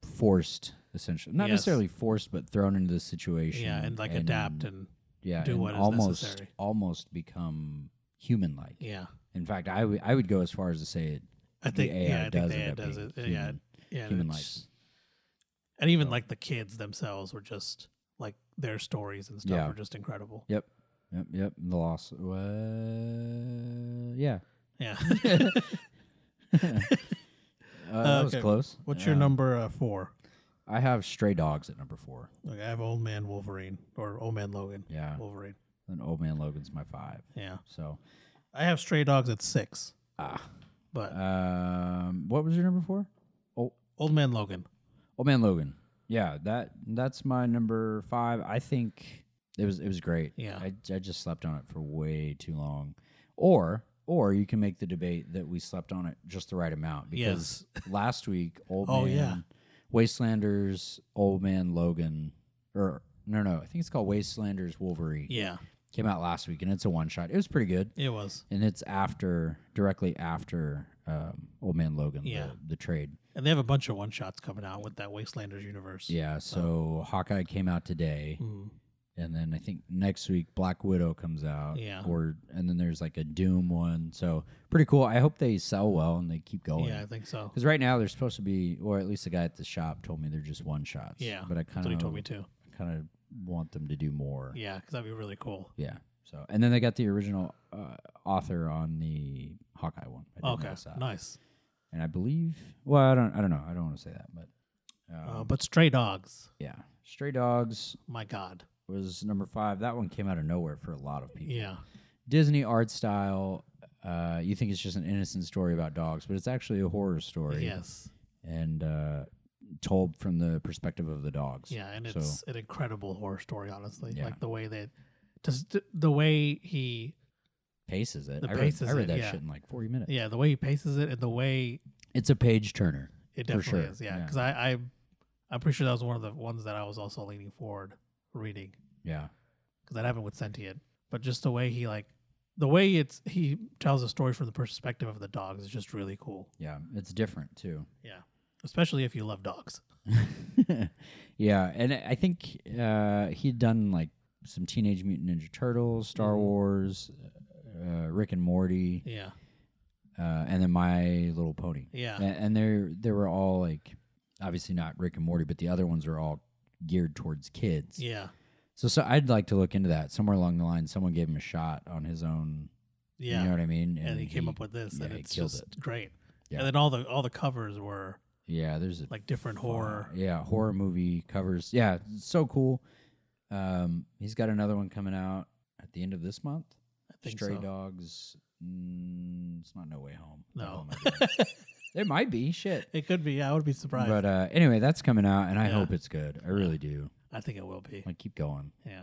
S3: forced, essentially, not
S1: Yes.
S3: necessarily forced, but thrown into the situation.
S1: yeah, and like adapt and
S3: yeah,
S1: do
S3: and
S1: what is
S3: almost,
S1: necessary.
S3: almost become human-like.
S1: yeah.
S3: In fact, I would I would go as far as to say it.
S1: I think
S3: the AI
S1: yeah, I think
S3: does
S1: the
S3: end
S1: AI
S3: up
S1: does
S3: being
S1: it. Yeah,
S3: human-
S1: yeah, and
S3: human-like.
S1: it's- and even like the kids themselves were just like their stories and stuff
S3: Yeah.
S1: were just incredible.
S3: Yep, yep, yep. The loss. Uh, yeah,
S1: Yeah.
S3: uh, that was
S1: okay.
S3: close.
S1: What's your
S3: Um,
S1: number uh, four?
S3: I have stray dogs at number four.
S1: Like I have Old Man Wolverine or Old Man Logan.
S3: Yeah,
S1: Wolverine.
S3: and Old Man Logan's my five.
S1: Yeah.
S3: So,
S1: I have Stray Dogs at six,
S3: ah,
S1: but
S3: um, what was your number four? Oh,
S1: Old Man Logan.
S3: Old Oh, Man Logan. Yeah, that that's my number five. I think it was it was great.
S1: Yeah.
S3: I, I just slept on it for way too long. Or or you can make the debate that we slept on it just the right amount because last week old
S1: Oh,
S3: man
S1: yeah.
S3: Wastelanders Old Man Logan or no no I think it's called Wastelanders Wolverine
S1: Yeah,
S3: came out last week and it's a one shot. It was pretty good
S1: it was.
S3: and it's after directly after um, Old Man Logan
S1: Yeah.
S3: the, the trade.
S1: And they have a bunch of one shots coming out with that Wastelanders universe.
S3: Yeah, so Hawkeye came out today,
S1: Mhm.
S3: and then I think next week Black Widow comes out.
S1: Yeah.
S3: or and then there's like a Doom one. So pretty cool. I hope they sell well and they keep going.
S1: Yeah, I think so.
S3: Because right now they're supposed to be, or at least the guy at the shop told me they're just one shots.
S1: Yeah,
S3: but I
S1: That's what
S3: kind
S1: he
S3: of
S1: told me too.
S3: kind of want them to do more.
S1: Yeah, because that'd be really cool.
S3: Yeah. So and then they got the original uh, author on the Hawkeye one. I did
S1: Okay,
S3: notice that.
S1: nice.
S3: And I believe, well, I don't, I don't know. I don't want to say that, but um,
S1: Uh, but Stray Dogs,
S3: yeah, Stray Dogs.
S1: my God.
S3: was number five. That one came out of nowhere for a lot of people.
S1: Yeah,
S3: Disney art style. Uh, you think it's just an innocent story about dogs, but it's actually a horror story.
S1: yes.
S3: And uh, told from the perspective of the dogs.
S1: Yeah, and
S3: So-
S1: it's an incredible horror story, honestly.
S3: Yeah.
S1: Like the way that, just th- the way he,
S3: Paces it.
S1: The
S3: I read,
S1: paces
S3: I read
S1: it,
S3: that
S1: yeah.
S3: shit in like 40 minutes.
S1: yeah, the way he paces it and the way
S3: It's a page turner.
S1: it
S3: For
S1: definitely
S3: sure,
S1: is. Yeah,
S3: yeah.
S1: because I, I, I'm pretty sure that was one of the ones that I was also leaning forward reading
S3: Yeah.
S1: because that happened with Sentient. But just the way he like, the way it's he tells a story from the perspective of the dogs is just really cool.
S3: Yeah. It's different too.
S1: Yeah, especially if you love dogs.
S3: yeah. And I I think uh, he'd done like some Teenage Mutant Ninja Turtles, Star
S1: Mhm.
S3: Wars, uh, Rick and Morty,
S1: Yeah,
S3: uh, and then My Little Pony.
S1: yeah,
S3: A- and they're they were all like obviously not Rick and Morty, but the other ones are all geared towards kids.
S1: yeah,
S3: So so I'd like to look into that somewhere along the line. Someone gave him a shot on his own.
S1: yeah.
S3: You know what I mean?
S1: and he came up with this,
S3: yeah,
S1: and
S3: he
S1: it's
S3: killed
S1: just great.
S3: Yeah.
S1: And then all the all the covers were
S3: yeah. There's a
S1: like different horror.
S3: Yeah, horror movie covers. Yeah, it's so cool. Um, he's got another one coming out at the end of this month.
S1: I think
S3: Stray
S1: so.
S3: Dogs. Mm, it's not No Way Home. What the
S1: No.
S3: hell am I doing? it might be shit.
S1: It could be. Yeah, I would be surprised.
S3: But uh, anyway, that's coming out, and I
S1: Yeah.
S3: hope it's good. I really do.
S1: I think it will be.
S3: Like, keep going.
S1: Yeah,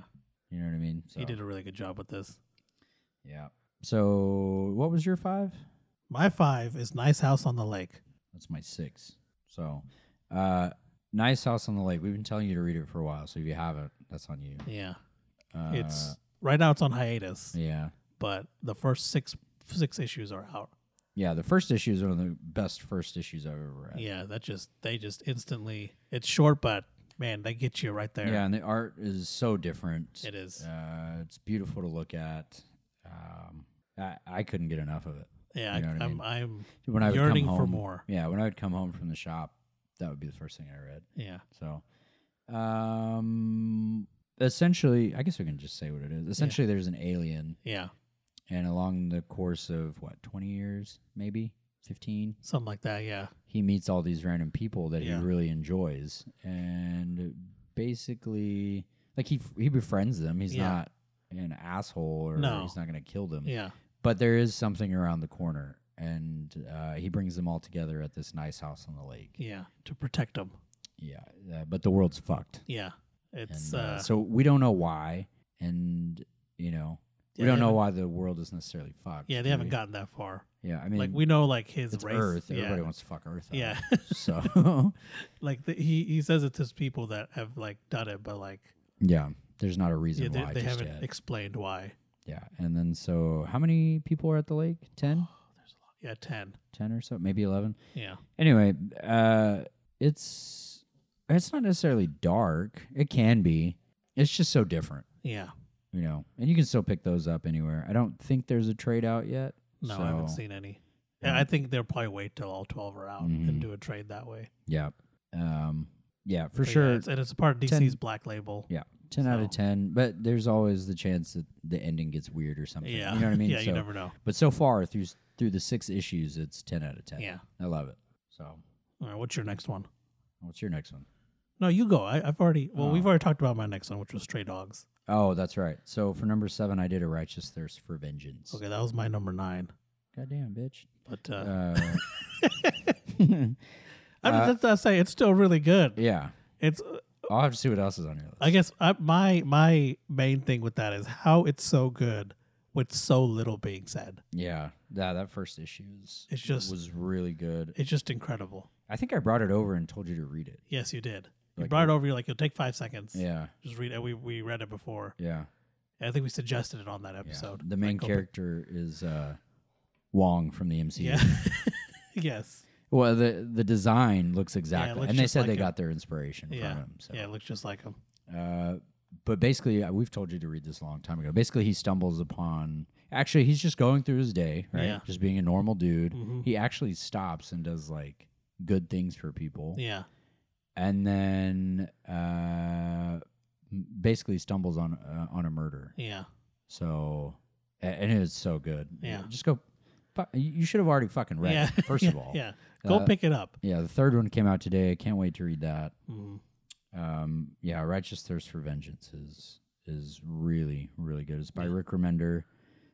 S3: You know what I mean?
S1: he did a really good job with this.
S3: Yeah. So what was your five?
S1: My five is Nice House on the Lake.
S3: That's my six. So Uh, nice house on the lake. We've been telling you to read it for a while, so if you haven't, that's on you.
S1: Yeah.
S3: Uh,
S1: it's right now it's on hiatus,
S3: yeah,
S1: but the first six six issues are out.
S3: yeah. The first issue is one of the best first issues I've ever read.
S1: Yeah, that just they just instantly it's short, but man, they get you right there.
S3: Yeah, and the art is so different.
S1: It is.
S3: Uh, it's beautiful to look at. Um, I, I couldn't get enough of it.
S1: Yeah,
S3: You know what
S1: I,
S3: I
S1: am
S3: mean?
S1: I'm
S3: When I would
S1: yearning
S3: come
S1: for
S3: home,
S1: more.
S3: Yeah, when I would come home from the shop, that would be the first thing I read.
S1: Yeah.
S3: So, um, essentially, I guess we can just say what it is. Essentially, there's an alien,
S1: Yeah.
S3: and along the course of what, 20 years, maybe 15,
S1: Something like that, yeah.
S3: he meets all these random people that
S1: Yeah.
S3: he really enjoys, and basically, like he f- he befriends them. He's
S1: Yeah.
S3: not an asshole, or
S1: No.
S3: he's not going to kill them.
S1: Yeah.
S3: But there is something around the corner, and uh, he brings them all together at this nice house on the lake.
S1: Yeah. To protect them.
S3: Yeah, uh, but the world's fucked.
S1: Yeah. It's
S3: And, uh,
S1: uh,
S3: so we don't know why, and you know
S1: yeah,
S3: we
S1: they
S3: don't know
S1: haven't-
S3: why the world is necessarily fucked.
S1: Yeah, they
S3: do
S1: haven't
S3: we?
S1: gotten that far.
S3: Yeah, I mean,
S1: like we know like his
S3: it's
S1: race.
S3: Earth.
S1: yeah.
S3: Everybody wants to fuck Earth. Up.
S1: Yeah.
S3: so
S1: like the, he he says it's his people that have like done it, but like
S3: yeah, there's not a reason
S1: yeah, they,
S3: why
S1: they
S3: just
S1: haven't
S3: yet.
S1: explained why.
S3: yeah, and then so how many people are at the lake? Ten.
S1: Yeah, ten.
S3: 10 or so, maybe eleven.
S1: Yeah.
S3: Anyway, uh, it's it's not necessarily dark. It can be. It's just so different.
S1: Yeah.
S3: you know, and you can still pick those up anywhere. I don't think there's a trade out yet.
S1: No, I haven't
S3: so-
S1: seen any.
S3: yeah.
S1: Yeah, I think they'll probably wait till all twelve are out
S3: Mhm.
S1: and do a trade that way.
S3: Yeah, um, yeah, for
S1: But yeah,
S3: sure,
S1: it's, and it's a part of DC's
S3: 10
S1: Black Label.
S3: Yeah. ten out of
S1: so-
S3: ten. But there's always the chance that the ending gets weird or something.
S1: Yeah.
S3: you know what I mean.
S1: yeah,
S3: so,
S1: you never know.
S3: But so far through s- through the six issues, it's ten out of ten.
S1: Yeah.
S3: I love it. So,
S1: All right, what's your next one?
S3: what's your next one?
S1: No, you go. I, I've already. Well,
S3: Oh.
S1: we've already talked about my next one, which was Stray Dogs.
S3: Oh, that's right. So for number seven, I did a righteous thirst for vengeance.
S1: Okay, that was my number nine.
S3: Goddamn, bitch.
S1: But uh,
S3: Uh,
S1: I mean,
S3: uh,
S1: that's not saying it's still really good.
S3: yeah,
S1: It's. uh,
S3: I'll have to see what else is on your list.
S1: I guess I, my my main thing with that is how it's so good with so little being said.
S3: Yeah, yeah, that first issue is,
S1: It's just-
S3: was really good.
S1: It's just incredible.
S3: I think I brought it over and told you to read it.
S1: Yes, you did. You
S3: Like
S1: brought it over. You're like, it'll take five seconds.
S3: Yeah,
S1: Just read it. We, we read it before.
S3: yeah.
S1: I think we suggested it on that
S3: yeah.
S1: episode.
S3: The main
S1: Like, go back-
S3: character is uh, Wong from the MCU.
S1: Yeah. yes.
S3: Well, the the design looks exactly,
S1: looks
S3: and they
S1: just
S3: said
S1: like
S3: they
S1: him.
S3: got their inspiration
S1: Yeah,
S3: from him. So.
S1: Yeah, it looks just like him.
S3: Uh, but basically, uh, we've told you to read this a long time ago. Basically, he stumbles upon. Actually, he's just going through his day, right?
S1: Yeah.
S3: Just being a normal dude.
S1: Mhm.
S3: He actually stops and does like good things for people.
S1: Yeah.
S3: and then uh, m- basically stumbles on uh, on a murder.
S1: Yeah.
S3: So, a- and it's so good.
S1: Yeah.
S3: just go. Fu- you you should have already fucking read.
S1: yeah.
S3: It, first of
S1: Yeah,
S3: all,
S1: Yeah. Go
S3: Uh,
S1: pick it up.
S3: yeah. The third one came out today. I can't wait to read that.
S1: Mhm.
S3: Um, yeah, Righteous Thirst for Vengeance is is really really good. It's by
S1: Yeah.
S3: Rick Remender,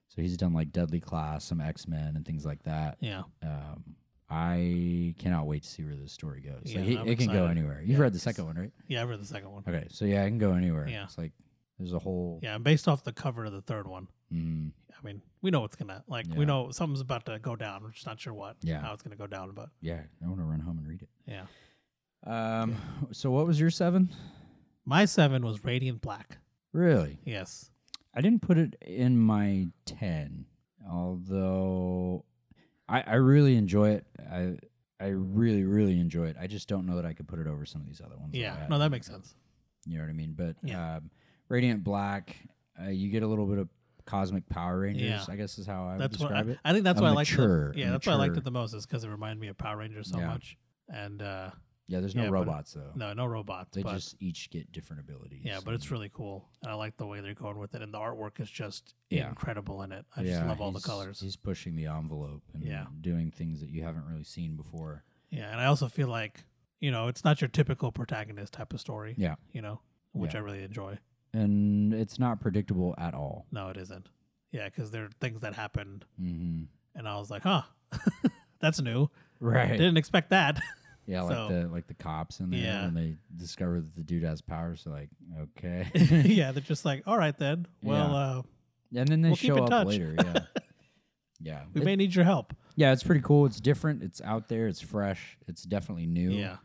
S3: so he's done like Deadly Class, some X Men, and things like that.
S1: Yeah.
S3: Um, I cannot wait to see where this story goes.
S1: Yeah,
S3: like, it,
S1: I'm
S3: it can go
S1: excited.
S3: anywhere. You've
S1: Yeah,
S3: read the
S1: it's-
S3: second one, right?
S1: Yeah, I read the second one.
S3: Okay, so yeah, I can go anywhere.
S1: Yeah.
S3: It's like there's a whole.
S1: Yeah, and based off the cover of the third one,
S3: Mm,
S1: I mean, we know what's gonna like. We
S3: Yeah.
S1: know something's about to go down. We're just not sure what.
S3: Yeah.
S1: How it's gonna go down, but
S3: yeah, I want to run home and read it.
S1: yeah.
S3: Um, so what was your seven?
S1: My seven was Radiant Black.
S3: Really,
S1: Yes.
S3: I didn't put it in my ten, although I I really enjoy it. I I really really enjoy it. I just don't know that I could put it over some of these other ones. I
S1: Yeah.
S3: had.
S1: No, that makes sense.
S3: You know what I mean? But
S1: Yeah.
S3: um, Radiant Black, uh, you get a little bit of cosmic Power Rangers.
S1: Yeah.
S3: I guess is how I
S1: That's
S3: would
S1: what I,
S3: describe it.
S1: I think. That's
S3: A
S1: why I liked
S3: mature-
S1: it.
S3: a
S1: Yeah, that's why I liked
S3: mature-
S1: it the most is because it reminded me of Power Rangers so
S3: Yeah.
S1: much. And uh
S3: Yeah, there's no
S1: yeah, but-
S3: robots though.
S1: no, no robots.
S3: They
S1: but
S3: just each get different abilities.
S1: Yeah, but
S3: and-
S1: it's really cool. And I like the way they're going with it. And the artwork is just
S3: Yeah.
S1: incredible in it. I just love all the
S3: he's-
S1: colors.
S3: He's pushing the envelope and
S1: Yeah.
S3: doing things that you haven't really seen before.
S1: Yeah. And I also feel like, you know, it's not your typical protagonist type of story.
S3: Yeah.
S1: You know, which
S3: Yeah.
S1: I really enjoy.
S3: And it's not predictable at all.
S1: No, it isn't. Yeah. Cause there are things that happened.
S3: Mm-hmm.
S1: And I was like, huh, that's new.
S3: Right.
S1: Didn't expect that.
S3: yeah, like
S1: so-
S3: the like the cops in there
S1: Yeah.
S3: when they discover that the dude has powers. They're like, okay.
S1: yeah. They're just like, all right, then. Well, uh,
S3: Yeah. and then they
S1: We'll keep
S3: show
S1: in
S3: up
S1: touch.
S3: later. Yeah. yeah.
S1: we
S3: It-
S1: may need your help.
S3: yeah, it's pretty cool. It's different. It's out there. It's fresh. It's definitely new.
S1: Yeah.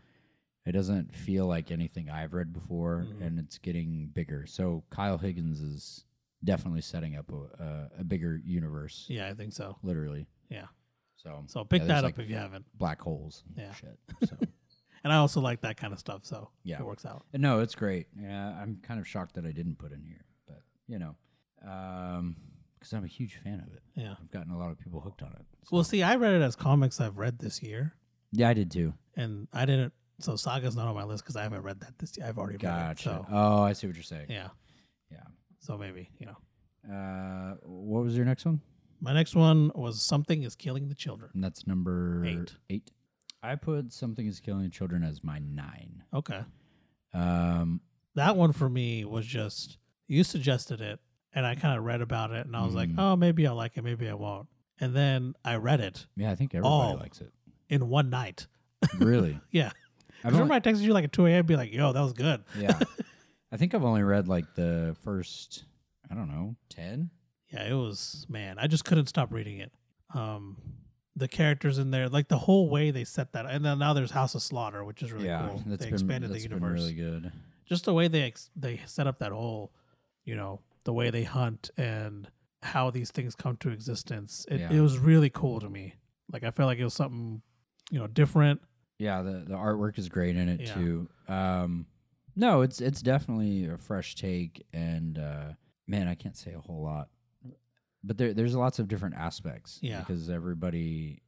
S3: It doesn't feel like anything I've read before,
S1: Mhm.
S3: and it's getting bigger. So Kyle Higgins is definitely setting up a, a, a bigger universe,
S1: Yeah, I think so.
S3: literally.
S1: Yeah.
S3: So,
S1: So pick
S3: Yeah,
S1: that
S3: there's
S1: up
S3: like-
S1: if you haven't.
S3: black holes. and
S1: Yeah.
S3: Shit. So,
S1: And I also like that kind of stuff, so
S3: Yeah.
S1: it works out.
S3: no, it's great. Yeah, I'm kind of shocked that I didn't put in here, but you know, because I'm a huge fan of it.
S1: Yeah.
S3: I've gotten a lot of people hooked on it. So-
S1: Well, see, I read it as comics I've read this year,
S3: yeah, I did too.
S1: and I didn't. So Saga's not on my list because I haven't read that this year. I've already read it.
S3: Gotcha.
S1: So
S3: Oh, I see what you're saying.
S1: yeah,
S3: Yeah.
S1: so maybe you know.
S3: Uh, what was your next one?
S1: My next one was something is killing the children.
S3: And that's number
S1: Eight.
S3: eight. I put something is killing children as my nine.
S1: Okay,
S3: Um,
S1: that one for me was just you suggested it, and I kind of read about it, and I was like,
S3: Mhm.
S1: oh, maybe I'll like it, maybe I won't. And then I read it
S3: yeah, I think everybody
S1: Oh.
S3: likes it.
S1: in one night.
S3: Really?
S1: Yeah,
S3: I've
S1: remember
S3: only,
S1: I texted you like at two a.m. and Be like, yo, that was good.
S3: yeah. I think I've only read like the first, I don't know, 10?
S1: yeah it was man i just couldn't stop reading it um the characters in there like the whole way they set that and then now there's house of slaughter which is really cool
S3: that's
S1: they
S3: been,
S1: expanded
S3: that's
S1: the
S3: been
S1: universe
S3: really good.
S1: just the way they ex- they set up that whole you know the way they hunt and how these things come to existence it,
S3: Yeah.
S1: it was really cool to me like i felt like it was something you know different
S3: Yeah, the, the artwork is great in it
S1: Yeah.
S3: too. Um, no, it's it's definitely a fresh take, and uh, man, I can't say a whole lot, but there there's lots of different aspects.
S1: Yeah.
S3: because everybody,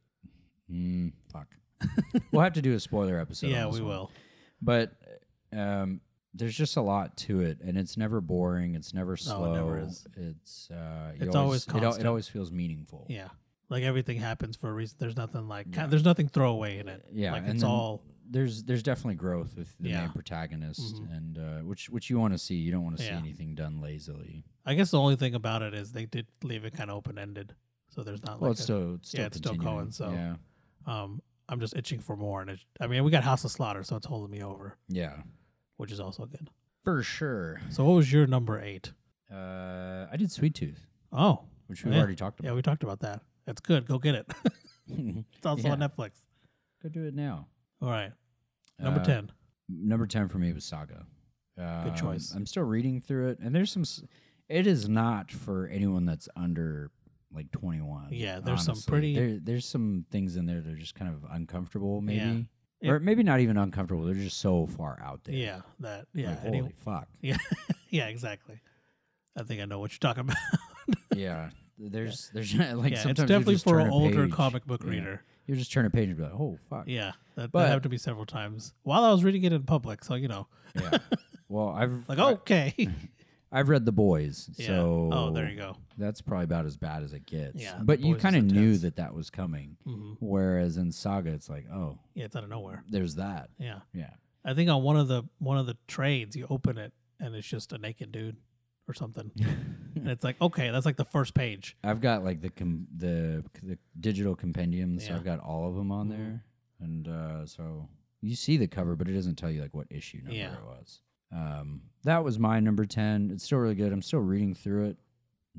S3: mm, fuck, we'll have to do a spoiler episode.
S1: yeah
S3: on this
S1: we
S3: one.
S1: will
S3: But um, there's just a lot to it, and it's never boring. It's never slow.
S1: Oh, never is.
S3: It's uh, you
S1: It's always
S3: it al- It,
S1: constant.
S3: always feels meaningful.
S1: yeah like everything happens for a reason there's nothing like
S3: Yeah.
S1: there's nothing throwaway in it
S3: Yeah,
S1: like
S3: and
S1: it's
S3: then-
S1: all
S3: there's there's definitely growth with the
S1: Yeah.
S3: main protagonist,
S1: Mhm.
S3: and uh, which which you want to see. You don't want to see
S1: Yeah.
S3: anything done lazily.
S1: I guess the only thing about it is they did leave it kind of open ended, so there's not
S3: well,
S1: like
S3: it's
S1: a-
S3: still it's still
S1: yeah, it's still
S3: continuing.
S1: going, so-
S3: yeah,
S1: um. I'm just itching for more, and it, I mean we got House of Slaughter, so it's holding me over,
S3: yeah,
S1: which is also good.
S3: for sure.
S1: So what was your number eight?
S3: Uh, I did Sweet Tooth,
S1: Oh,
S3: which we've
S1: Yeah.
S3: already talked
S1: yeah,
S3: about.
S1: we talked about that. It's good. Go get it. it's also on
S3: Yeah.
S1: Netflix.
S3: Go do it now.
S1: All right, number
S3: Uh,
S1: ten.
S3: Number ten for me was Saga. Um,
S1: choice.
S3: I'm still reading through it, and there's some. s- It is not for anyone that's under like 21.
S1: Yeah, there's some
S3: honestly.
S1: pretty-
S3: There, there's some things in there that are just kind of uncomfortable, maybe,
S1: Yeah.
S3: or maybe not even uncomfortable. They're just so far out there.
S1: Yeah, that. Yeah,
S3: Like,
S1: any-
S3: holy fuck.
S1: yeah, yeah, exactly. I think I know what you're talking about.
S3: yeah. There's there's like
S1: yeah, it's
S3: sometimes
S1: definitely
S3: you just
S1: for
S3: turn
S1: an
S3: a
S1: older
S3: page.
S1: comic book
S3: Yeah.
S1: reader.
S3: You just turn a page and be like, oh fuck.
S1: Yeah, that, that
S3: But-
S1: happened to me several times while I was reading it in public. So you know,
S3: Yeah. well, I've
S1: like okay,
S3: I, have read The Boys,
S1: Yeah.
S3: so
S1: oh, there you go.
S3: That's probably about as bad as it gets.
S1: Yeah, The
S3: but you
S1: Boys is
S3: kind of knew
S1: intense.
S3: that that was coming.
S1: hmm
S3: Whereas in Saga, it's like, oh,
S1: Yeah, it's out of nowhere.
S3: there's that.
S1: Yeah,
S3: Yeah.
S1: I think on one of the one of the trades, you open it and it's just a naked dude or something, and it's like okay, that's like the first page.
S3: I've got like the com- the the digital compendiums. So
S1: Yeah.
S3: I've got all of them on
S1: Mhm.
S3: there, and uh, so you see the cover, but it doesn't tell you like what issue number
S1: Yeah.
S3: it was. Um, that was my number ten. It's still really good. I'm still reading through it.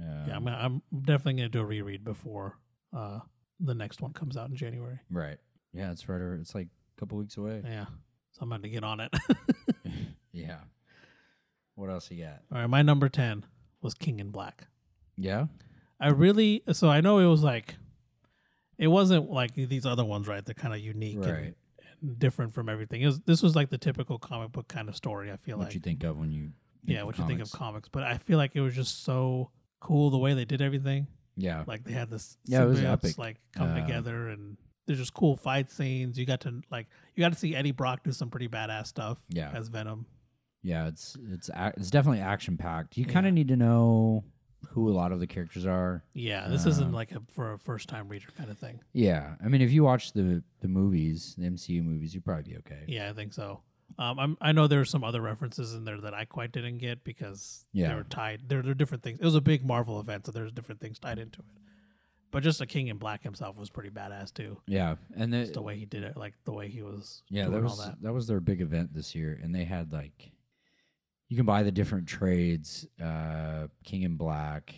S3: Um,
S1: yeah, I'm, gonna- I'm definitely gonna do a reread before uh, the next one comes out in January.
S3: right. Yeah, it's right. Over, it's like a couple weeks away.
S1: Yeah, so I'm about to get on it.
S3: yeah. What else you got?
S1: All right, my number ten was King in Black.
S3: Yeah.
S1: I really so I know it was like it wasn't like these other ones, right? They're kind of unique
S3: Right.
S1: and different from everything. It was, this was like the typical comic book kind of story. I feel
S3: What
S1: like
S3: you think of when you?
S1: yeah, what you think of comics,
S3: comics.
S1: but I feel like it was just so cool the way they did everything.
S3: Yeah.
S1: Like they had this
S3: Yeah, it was
S1: symbiotes,
S3: epic.
S1: like come
S3: Uh,
S1: together and there's just cool fight scenes. You got to like you got to see Eddie Brock do some pretty badass stuff.
S3: Yeah.
S1: as Venom.
S3: Yeah, it's it's ac- it's definitely action packed. You kind of need to know who a lot of the characters are.
S1: Yeah, this
S3: Um,
S1: isn't like a for a first time reader kind of thing.
S3: Yeah, I mean, if you watch the the movies, the MCU movies, you'd probably be okay.
S1: Yeah, I think so. Um, I'm, I know there are some other references in there that I quite didn't get because
S3: Yeah.
S1: they were tied. There, there are different things. It was a big Marvel event, so there's different things tied into it. But just the King in Black himself was pretty badass too.
S3: Yeah, and the,
S1: Just the way he did it, like the way he was
S3: yeah,
S1: doing
S3: that was
S1: all that.
S3: that. was their big event this year, and they had like you can buy the different trades, uh, King and Black,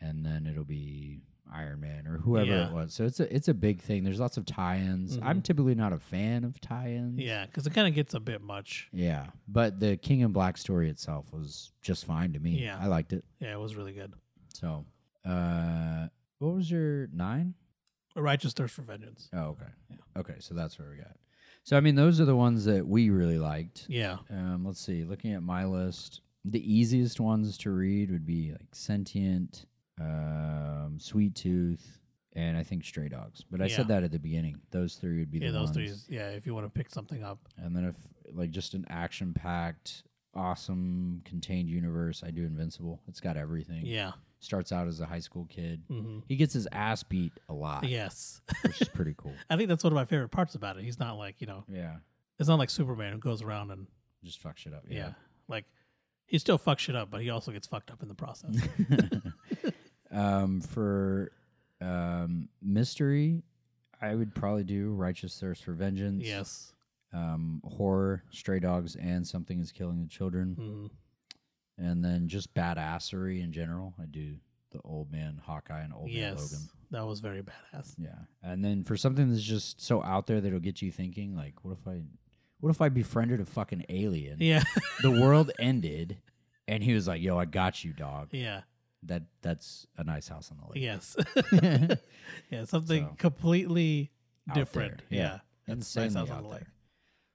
S3: and then it'll be Iron Man or whoever
S1: Yeah. Mm-hmm.
S3: it was. So it's a it's a big thing. There's lots of tie-ins. I'm typically not a fan of tie-ins.
S1: Yeah, because it kind of gets a bit much.
S3: Yeah, but the King in Black story itself was just fine to me.
S1: Yeah.
S3: I liked it.
S1: Yeah, it was really good.
S3: So, uh, what was your nine?
S1: A righteous thirst for vengeance.
S3: Oh, okay. Okay, so that's where we got. So, I mean, those are the ones that we really liked.
S1: Yeah.
S3: Um, let's see. Looking at my list, the easiest ones to read would be like Sentient, um, Sweet Tooth, and I think Stray Dogs. But I
S1: Yeah.
S3: said that at the beginning. Those three would be
S1: Yeah,
S3: the
S1: those
S3: ones.
S1: three. is- Yeah, if you want to pick something up.
S3: And then if like just an action packed, awesome contained universe, I do Invincible. It's got everything.
S1: Yeah.
S3: Starts out as a high school kid.
S1: hmm
S3: He gets his ass beat a lot,
S1: Yes.
S3: which is pretty cool.
S1: I think that's one of my favorite parts about it. He's not like, you know,
S3: Yeah.
S1: it's not like Superman who goes around and,
S3: Just fuck shit up.
S1: yeah. Like, he still fucks shit up, but he also gets fucked up in the process.
S3: um, for um, mystery, I would probably do Righteous Thirst for Vengeance.
S1: yes.
S3: Um, horror, Stray Dogs, and Something is Killing the Children.
S1: Mhm.
S3: And then just badassery in general. I do the Old Man Hawkeye and Old Man
S1: Yes.
S3: Logan.
S1: That was very badass.
S3: Yeah. And then for something that's just so out there that'll get you thinking, like, what if I what if I befriended a fucking alien?
S1: Yeah.
S3: The world ended and he was like, Yo, I got you, dog.
S1: yeah.
S3: That that's a nice house on the lake.
S1: Yes. yeah. Something
S3: So.
S1: completely
S3: Out
S1: different.
S3: there, yeah.
S1: Yeah. That's nice
S3: Insanely
S1: house on
S3: out
S1: the
S3: there.
S1: lake.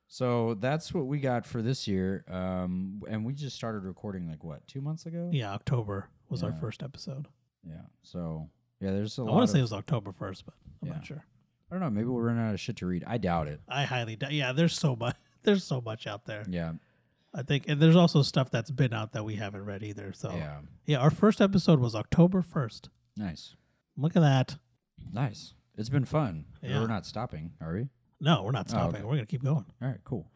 S3: So that's what we got for this year. Um and we just started recording like what, two months ago?
S1: Yeah. October was our
S3: Yeah.
S1: first episode.
S3: Yeah. So yeah, there's a
S1: I
S3: lot
S1: want
S3: of,
S1: to say it was October 1st, but I'm
S3: Yeah.
S1: not sure.
S3: I don't know, maybe we'll run out of shit to read. I doubt it.
S1: I highly doubt. Yeah, there's so much. There's so much out there.
S3: Yeah.
S1: I think, and there's also stuff that's been out that we haven't read either. So yeah,
S3: Yeah.
S1: our first episode was October 1st.
S3: Nice.
S1: Look at that.
S3: Nice. It's been fun.
S1: Yeah.
S3: We're not stopping, are we?
S1: No, we're not stopping.
S3: Oh, okay.
S1: We're gonna keep going.
S3: All right, cool.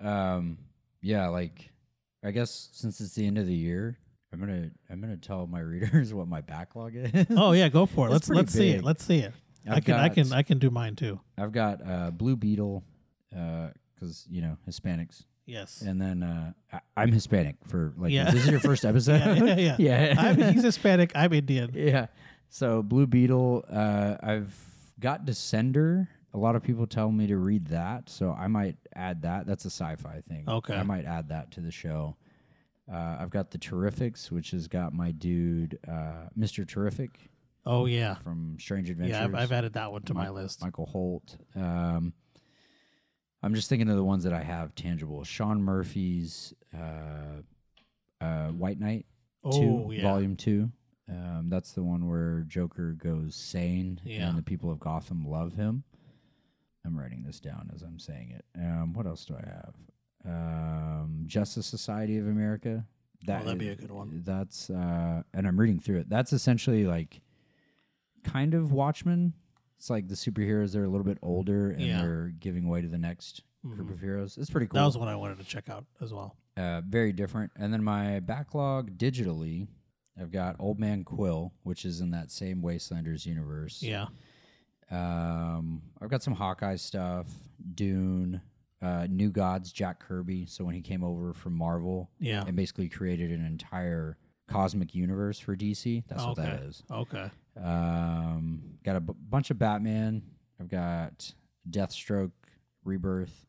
S3: Um, yeah, like I guess since it's the end of the year, I'm gonna I'm gonna tell my readers what my backlog is.
S1: Oh yeah, go for it.
S3: It's
S1: let's
S3: pretty
S1: let's see
S3: big.
S1: it. Let's see it. i
S3: I've
S1: can I
S3: got-
S1: can I can do mine too.
S3: I've got uh, Blue Beetle, because you know Hispanics,
S1: Yes.
S3: and then uh, I- I'm Hispanic for like
S1: Yeah.
S3: this is your first episode.
S1: Yeah, yeah, yeah.
S3: yeah.
S1: I'm, he's Hispanic. I'm Indian.
S3: Yeah. So Blue Beetle, uh, I've got Descender. A lot of people tell me to read that, so I might add that. That's a sci-fi thing.
S1: Okay.
S3: I might add that to the show. Uh, I've got the Terrifics, which has got my dude uh, Mr. Terrific
S1: Oh yeah,
S3: from Strange Adventures.
S1: yeah. I've, I've added that one to my
S3: Mi-
S1: list.
S3: Michael Holt. Um, I'm just thinking of the ones that I have tangible. Sean Murphy's uh, uh, White Knight two,
S1: oh yeah.
S3: volume two. Um, that's the one where Joker goes sane,
S1: Yeah.
S3: and the people of Gotham love him. I'm writing this down as I'm saying it. Um, what else do I have? Um, Justice Society of America.
S1: Oh, that'd be a good one.
S3: That's uh, and I'm reading through it. That's essentially like kind of Watchmen. It's like the superheroes are a little bit older and
S1: Yeah.
S3: they're giving way to the next group
S1: Mhm.
S3: of heroes. It's pretty cool
S1: That was one I wanted to check out as well.
S3: uh, very different. And then my backlog digitally, I've got Old Man Quill, which is in that same Wastelanders universe.
S1: Yeah.
S3: Um, I've got some Hawkeye stuff, Dune, uh, New Gods, Jack Kirby. So when he came over from Marvel
S1: Yeah.
S3: and basically created an entire cosmic universe for DC, that's what that
S1: Okay.
S3: is.
S1: Okay.
S3: Um, got a b- bunch of Batman. I've got Deathstroke, Rebirth.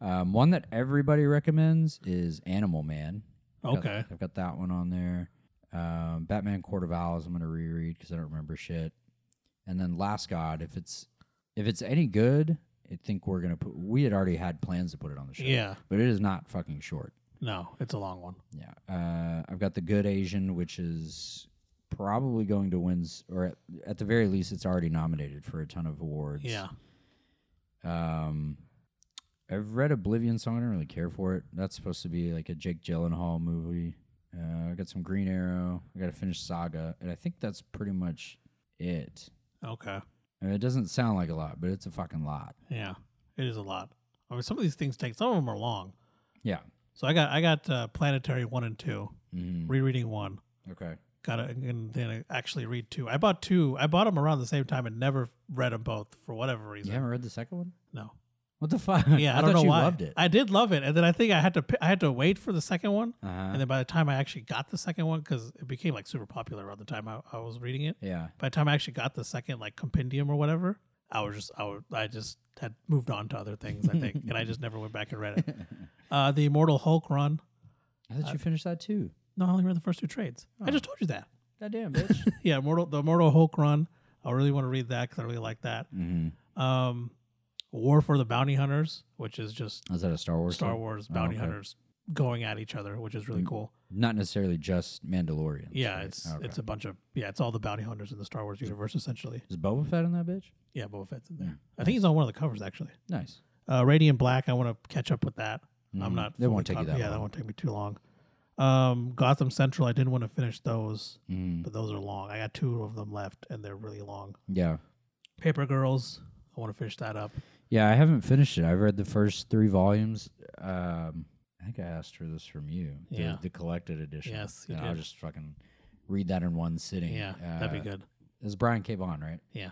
S3: Um, one that everybody recommends is Animal Man. I've got-
S1: Okay.
S3: I've got that one on there. Um, Batman Court of Owls. I'm gonna reread because I don't remember shit. And then Last God. If it's if it's any good, I think we're gonna put. We had already had plans to put it on the show.
S1: Yeah.
S3: But it is not fucking short.
S1: No, it's a long one.
S3: Yeah. Uh, I've got the Good Asian, which is probably going to win, s- or at, at the very least, it's already nominated for a ton of awards.
S1: Yeah.
S3: Um, I've read Oblivion, so I don't really care for it. That's supposed to be like a Jake Gyllenhaal movie. Uh, I got some Green Arrow. I got to finish Saga, and I think that's pretty much it.
S1: Okay.
S3: I mean, it doesn't sound like a lot, but it's a fucking lot.
S1: Yeah. It is a lot. I mean, some of these things take. Some of them are long.
S3: Yeah.
S1: So I got I got uh, Planetary one and two.
S3: Mhm.
S1: Rereading one.
S3: Okay.
S1: Got it, and then I actually read two. I bought two. I bought them around the same time and never read them both for whatever
S3: You
S1: reason.
S3: haven't read the second one?
S1: No.
S3: What the fuck?
S1: Yeah, I,
S3: I
S1: don't
S3: thought
S1: know
S3: you
S1: why.
S3: loved it.
S1: I did love it, and then I think I had to pi- I had to wait for the second one,
S3: uh-huh.
S1: and then by the time I actually got the second one, because it became like super popular around the time I, I was reading it.
S3: yeah.
S1: By the time I actually got the second like compendium or whatever, I was just I, was, I just had moved on to other things I think, and I just never went back and read it. Uh, the Immortal Hulk run.
S3: I thought you finished that too.
S1: No, I only read the first two trades. I
S3: Oh.
S1: just told you that.
S3: Goddamn, bitch.
S1: Yeah, Immortal the Immortal Hulk run. I really want to read that because I really like that.
S3: mm-hmm.
S1: Um, War for the Bounty Hunters, which is just
S3: Was that a Star Wars?
S1: Star
S3: thing?
S1: Wars
S3: Oh,
S1: bounty
S3: okay. Hmm.
S1: hunters going at each other, which is really cool.
S3: Not necessarily just Mandalorian.
S1: Yeah, it's it's a bunch of yeah, it's all the bounty hunters in the Star
S3: Hmm.
S1: Wars universe essentially.
S3: Is Boba Fett in that bitch?
S1: Yeah, Boba Fett's in there.
S3: Hmm.
S1: I think he's on one of the covers actually.
S3: Nice.
S1: Uh, Radiant Black, I want to catch up with that. I'm not.
S3: Hmm. That won't
S1: fully
S3: take you
S1: caught-
S3: that
S1: Yeah, that
S3: long.
S1: won't take me too long. Um, Gotham Central, I didn't want to finish those,
S3: Mm.
S1: but those are long. I got two of them left, and they're really long.
S3: Yeah.
S1: Paper Girls, I want to finish that up.
S3: Yeah, I haven't finished it. I've read the first three volumes. Um, I think I asked for this from you. the-
S1: Yeah.
S3: The, collected edition.
S1: Yes, you
S3: And I'll
S1: did.
S3: just fucking read that in one sitting.
S1: Yeah, that'd be
S3: Uh,
S1: good.
S3: It's Brian K. Vaughan, right?
S1: Yeah,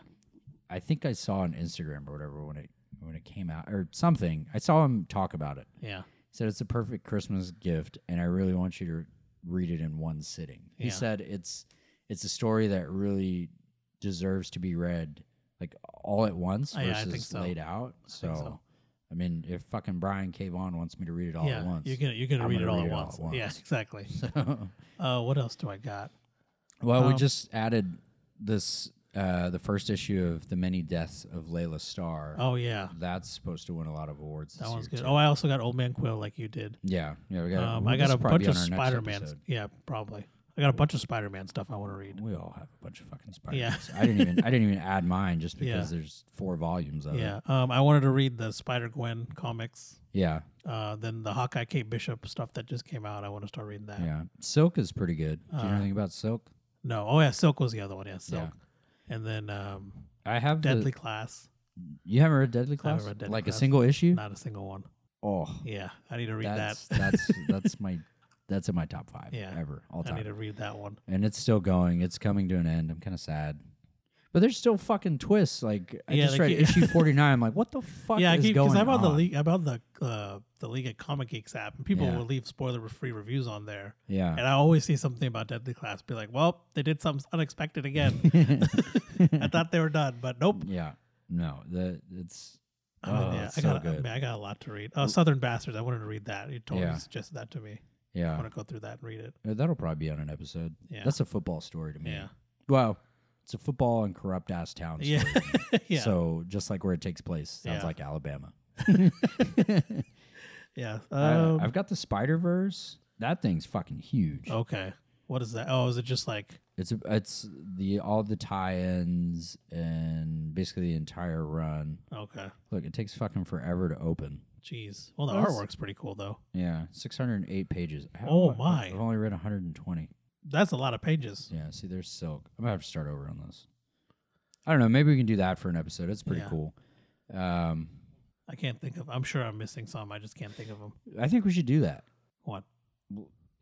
S3: I think I saw on Instagram or whatever when it when it came out or something. I saw him talk about it.
S1: yeah,
S3: He said it's a perfect Christmas gift, and I really want you to read it in one sitting. He
S1: Yeah.
S3: said it's it's a story that really deserves to be read like all at once
S1: Oh,
S3: versus
S1: yeah, I think so.
S3: laid out. So,
S1: think
S3: I,
S1: so.
S3: mean, if fucking Brian K. Vaughan wants me to read it all
S1: yeah.
S3: at once,
S1: You're gonna you're gonna
S3: I'm
S1: read
S3: gonna
S1: it all
S3: read
S1: at
S3: it all
S1: once.
S3: at once.
S1: Yeah, exactly.
S3: so
S1: Uh, what else do I got?
S3: well, we
S1: Um,
S3: just added this uh, the first issue of the many deaths of Layla Starr.
S1: Oh yeah,
S3: That's supposed to win a lot of awards. This
S1: that one's
S3: year
S1: good.
S3: Too.
S1: Oh, I also got Old Man Quill, like you did.
S3: yeah, yeah. We got.
S1: Um,
S3: well,
S1: I got
S3: this
S1: a
S3: will
S1: bunch
S3: probably be
S1: of
S3: on our next
S1: Spider Man.
S3: episode.
S1: Yeah, probably. I got a bunch of Spider Man stuff I want to read.
S3: We all have a bunch of fucking Spider
S1: Yeah.
S3: Man. I didn't even I didn't even add mine just because
S1: Yeah.
S3: there's four volumes of it.
S1: Yeah, um, I wanted to read the Spider Gwen comics.
S3: Yeah.
S1: Uh, then the Hawkeye Kate Bishop stuff that just came out. I want to start reading that.
S3: Yeah. Silk is pretty good. Do you know
S1: Uh,
S3: anything about Silk?
S1: No, oh yeah, Silk was the other one. Yeah, Silk. And then um,
S3: I have the-
S1: Deadly Class.
S3: you haven't read Deadly Class?
S1: read Deadly
S3: like
S1: Class.
S3: a single issue?
S1: Not a single one.
S3: oh.
S1: Yeah, I need to read
S3: That's
S1: that.
S3: that's that's my that's in my top five
S1: Yeah.
S3: ever all
S1: I need
S3: time.
S1: to read that one.
S3: and it's still going. It's coming to an end. I'm kinda sad. But there's still fucking twists. Like I
S1: Yeah,
S3: just
S1: they
S3: read
S1: keep-
S3: issue forty nine. I'm like, what the fuck
S1: yeah, I
S3: is
S1: keep
S3: going
S1: because I'm on the
S3: on?
S1: league. I'm on the uh, the league at Comic Geeks app, and people
S3: Yeah.
S1: will leave spoiler free reviews on there.
S3: Yeah.
S1: And I always see something about Deadly Class, be like, well, they did something unexpected again. I thought they were done, but nope.
S3: yeah. No. The it's
S1: I mean,
S3: Oh,
S1: yeah,
S3: it's
S1: I
S3: so
S1: got,
S3: good.
S1: I, mean, I got a lot to read. Uh, Southern Bastards, I wanted to read that. You totally
S3: Yeah.
S1: suggested that to me. I
S3: yeah.
S1: want to go through that and read it.
S3: Uh, That'll probably be on an episode.
S1: Yeah.
S3: That's a football story to me.
S1: Yeah.
S3: Well, it's a football and corrupt ass town story.
S1: Yeah. yeah.
S3: So just like where it takes place, sounds
S1: Yeah.
S3: like Alabama.
S1: yeah. Um,
S3: Uh,
S1: Oh.
S3: I've got the Spider Verse. That thing's fucking huge.
S1: okay. What is that? Oh, is it just like,
S3: It's it's the all the tie-ins and basically the entire run.
S1: okay.
S3: Look, it takes fucking forever to open.
S1: Jeez. Well, the
S3: Well, it's-
S1: artwork's pretty cool, though.
S3: Yeah, six hundred and eight pages. I have-
S1: Oh, my.
S3: I've only read one hundred and twenty.
S1: That's a lot of pages.
S3: Yeah, see, there's silk. I'm gonna have to start over on this. I don't know. Maybe we can do that for an episode. It's pretty
S1: Yeah.
S3: cool. Um,
S1: I can't think of, I'm sure I'm missing some. I just can't think of them.
S3: I think we should do that
S1: What?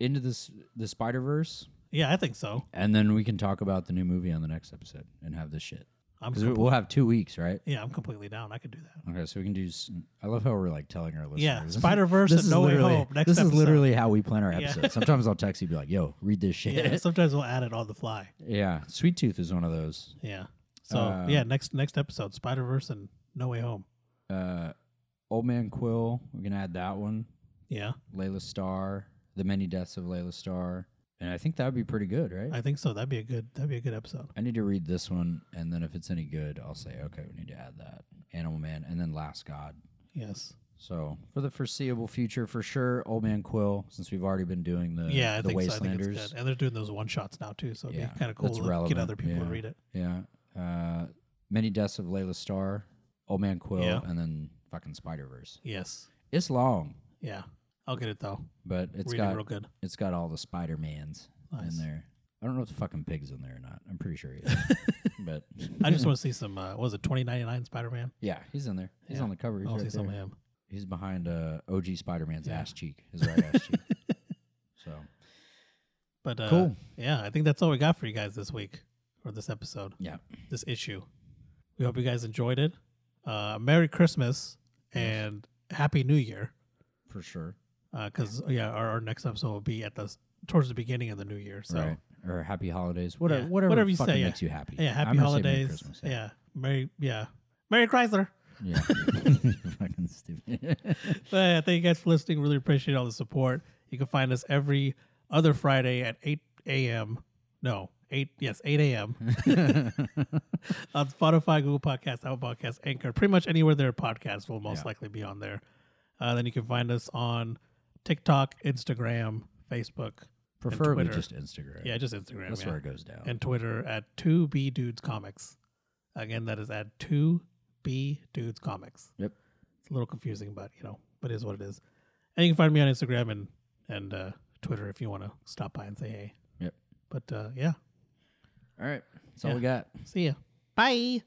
S3: into this the Spider Verse,
S1: Yeah, I think so.
S3: and then we can talk about the new movie on the next episode and have this shit
S1: I'm,
S3: because
S1: comple-
S3: we'll have two weeks, right?
S1: yeah, I'm completely down. I could do that.
S3: Okay, so we can do. s- I love how we're like telling our listeners.
S1: Yeah, Spider-Verse and No Way
S3: literally-
S1: Home, next
S3: this is
S1: episode.
S3: literally how we plan our
S1: Yeah.
S3: episodes. Sometimes I'll text you, be like, "Yo, read this shit."
S1: Yeah.
S3: Yeah,
S1: sometimes we'll add it on the fly.
S3: Sweet Tooth is one of those.
S1: Yeah. So
S3: Um,
S1: yeah, next next episode, Spider Verse and No Way Home.
S3: Uh, Old Man Quill. We're gonna add that one.
S1: Yeah,
S3: Layla Starr, The Many Deaths of Layla Starr. And I think that would be pretty good, right? I,
S1: I think so. That'd be a good that'd be a good episode.
S3: need to read this one, and then if it's any good, I'll say, okay, we need to add that. Animal Man, and then Last God.
S1: Yes.
S3: So for the foreseeable future, for sure, Old Man Quill, since we've already been doing the,
S1: yeah, I
S3: the
S1: think so. I think
S3: Wastelanders.
S1: it's good. And they're doing those one shots now too, so it'd
S3: Yeah,
S1: be kind of cool
S3: that's
S1: to
S3: relevant,
S1: get other people to
S3: yeah.
S1: read it.
S3: Yeah. Uh, Many Deaths of Layla Starr, Old Man Quill,
S1: Yeah.
S3: and then fucking Spider Verse.
S1: Yes.
S3: It's long,
S1: Yeah. I'll get it though.
S3: but it's
S1: read it
S3: got
S1: real good.
S3: it's got all the Spider Mans
S1: Nice.
S3: in there. I don't know if the fucking pig's in there or not. I'm pretty sure he is. but
S1: I just want to see some. Uh, what was it twenty ninety nine Spider Man?
S3: Yeah, he's in there. He's
S1: Yeah. Oh,
S3: on the cover.
S1: I
S3: He's,
S1: want to
S3: right
S1: see some of
S3: there.
S1: him.
S3: he's behind uh, OG Spider Man's
S1: Yeah.
S3: ass cheek, his right ass cheek. So
S1: But uh,
S3: Cool.
S1: Yeah, I think that's all we got for you guys this week or this episode.
S3: yeah,
S1: this issue. We hope you guys enjoyed it. Uh, Merry Christmas and Happy New Year.
S3: for sure.
S1: Because uh, yeah, our, our next episode will be at the s- towards the beginning of the new year. So
S3: right. Or happy holidays. Whatever,
S1: Yeah,
S3: whatever,
S1: whatever you
S3: fucking
S1: say, yeah.
S3: makes you happy.
S1: yeah,
S3: I'm
S1: happy
S3: gonna say Merry
S1: holidays.
S3: Christmas,
S1: yeah. Merry yeah, Merry Chrysler.
S3: Yeah. fucking stupid.
S1: Uh, thank you guys for listening. Really appreciate all the support. You can find us every other Friday at 8 a.m. No, 8, yes, 8 a.m. on Spotify, Google Podcasts, Apple Podcasts, Anchor, pretty much anywhere there are podcasts will most
S3: Yeah.
S1: likely be on there. Uh, then you can find us on TikTok, Instagram, Facebook.
S3: Preferably
S1: Twitter.
S3: just Instagram.
S1: Yeah, just Instagram.
S3: that's
S1: yeah.
S3: where it goes down.
S1: And Twitter at 2B Dudes Comics. Again, that is at 2B Dudes Comics.
S3: yep.
S1: It's a little confusing, but you know, but it is what it is. And you can find me on Instagram and and uh, Twitter if you want to stop by and say hey.
S3: Yep.
S1: But uh, yeah,
S3: All right. That's
S1: Yeah.
S3: all we got.
S1: see ya. Bye.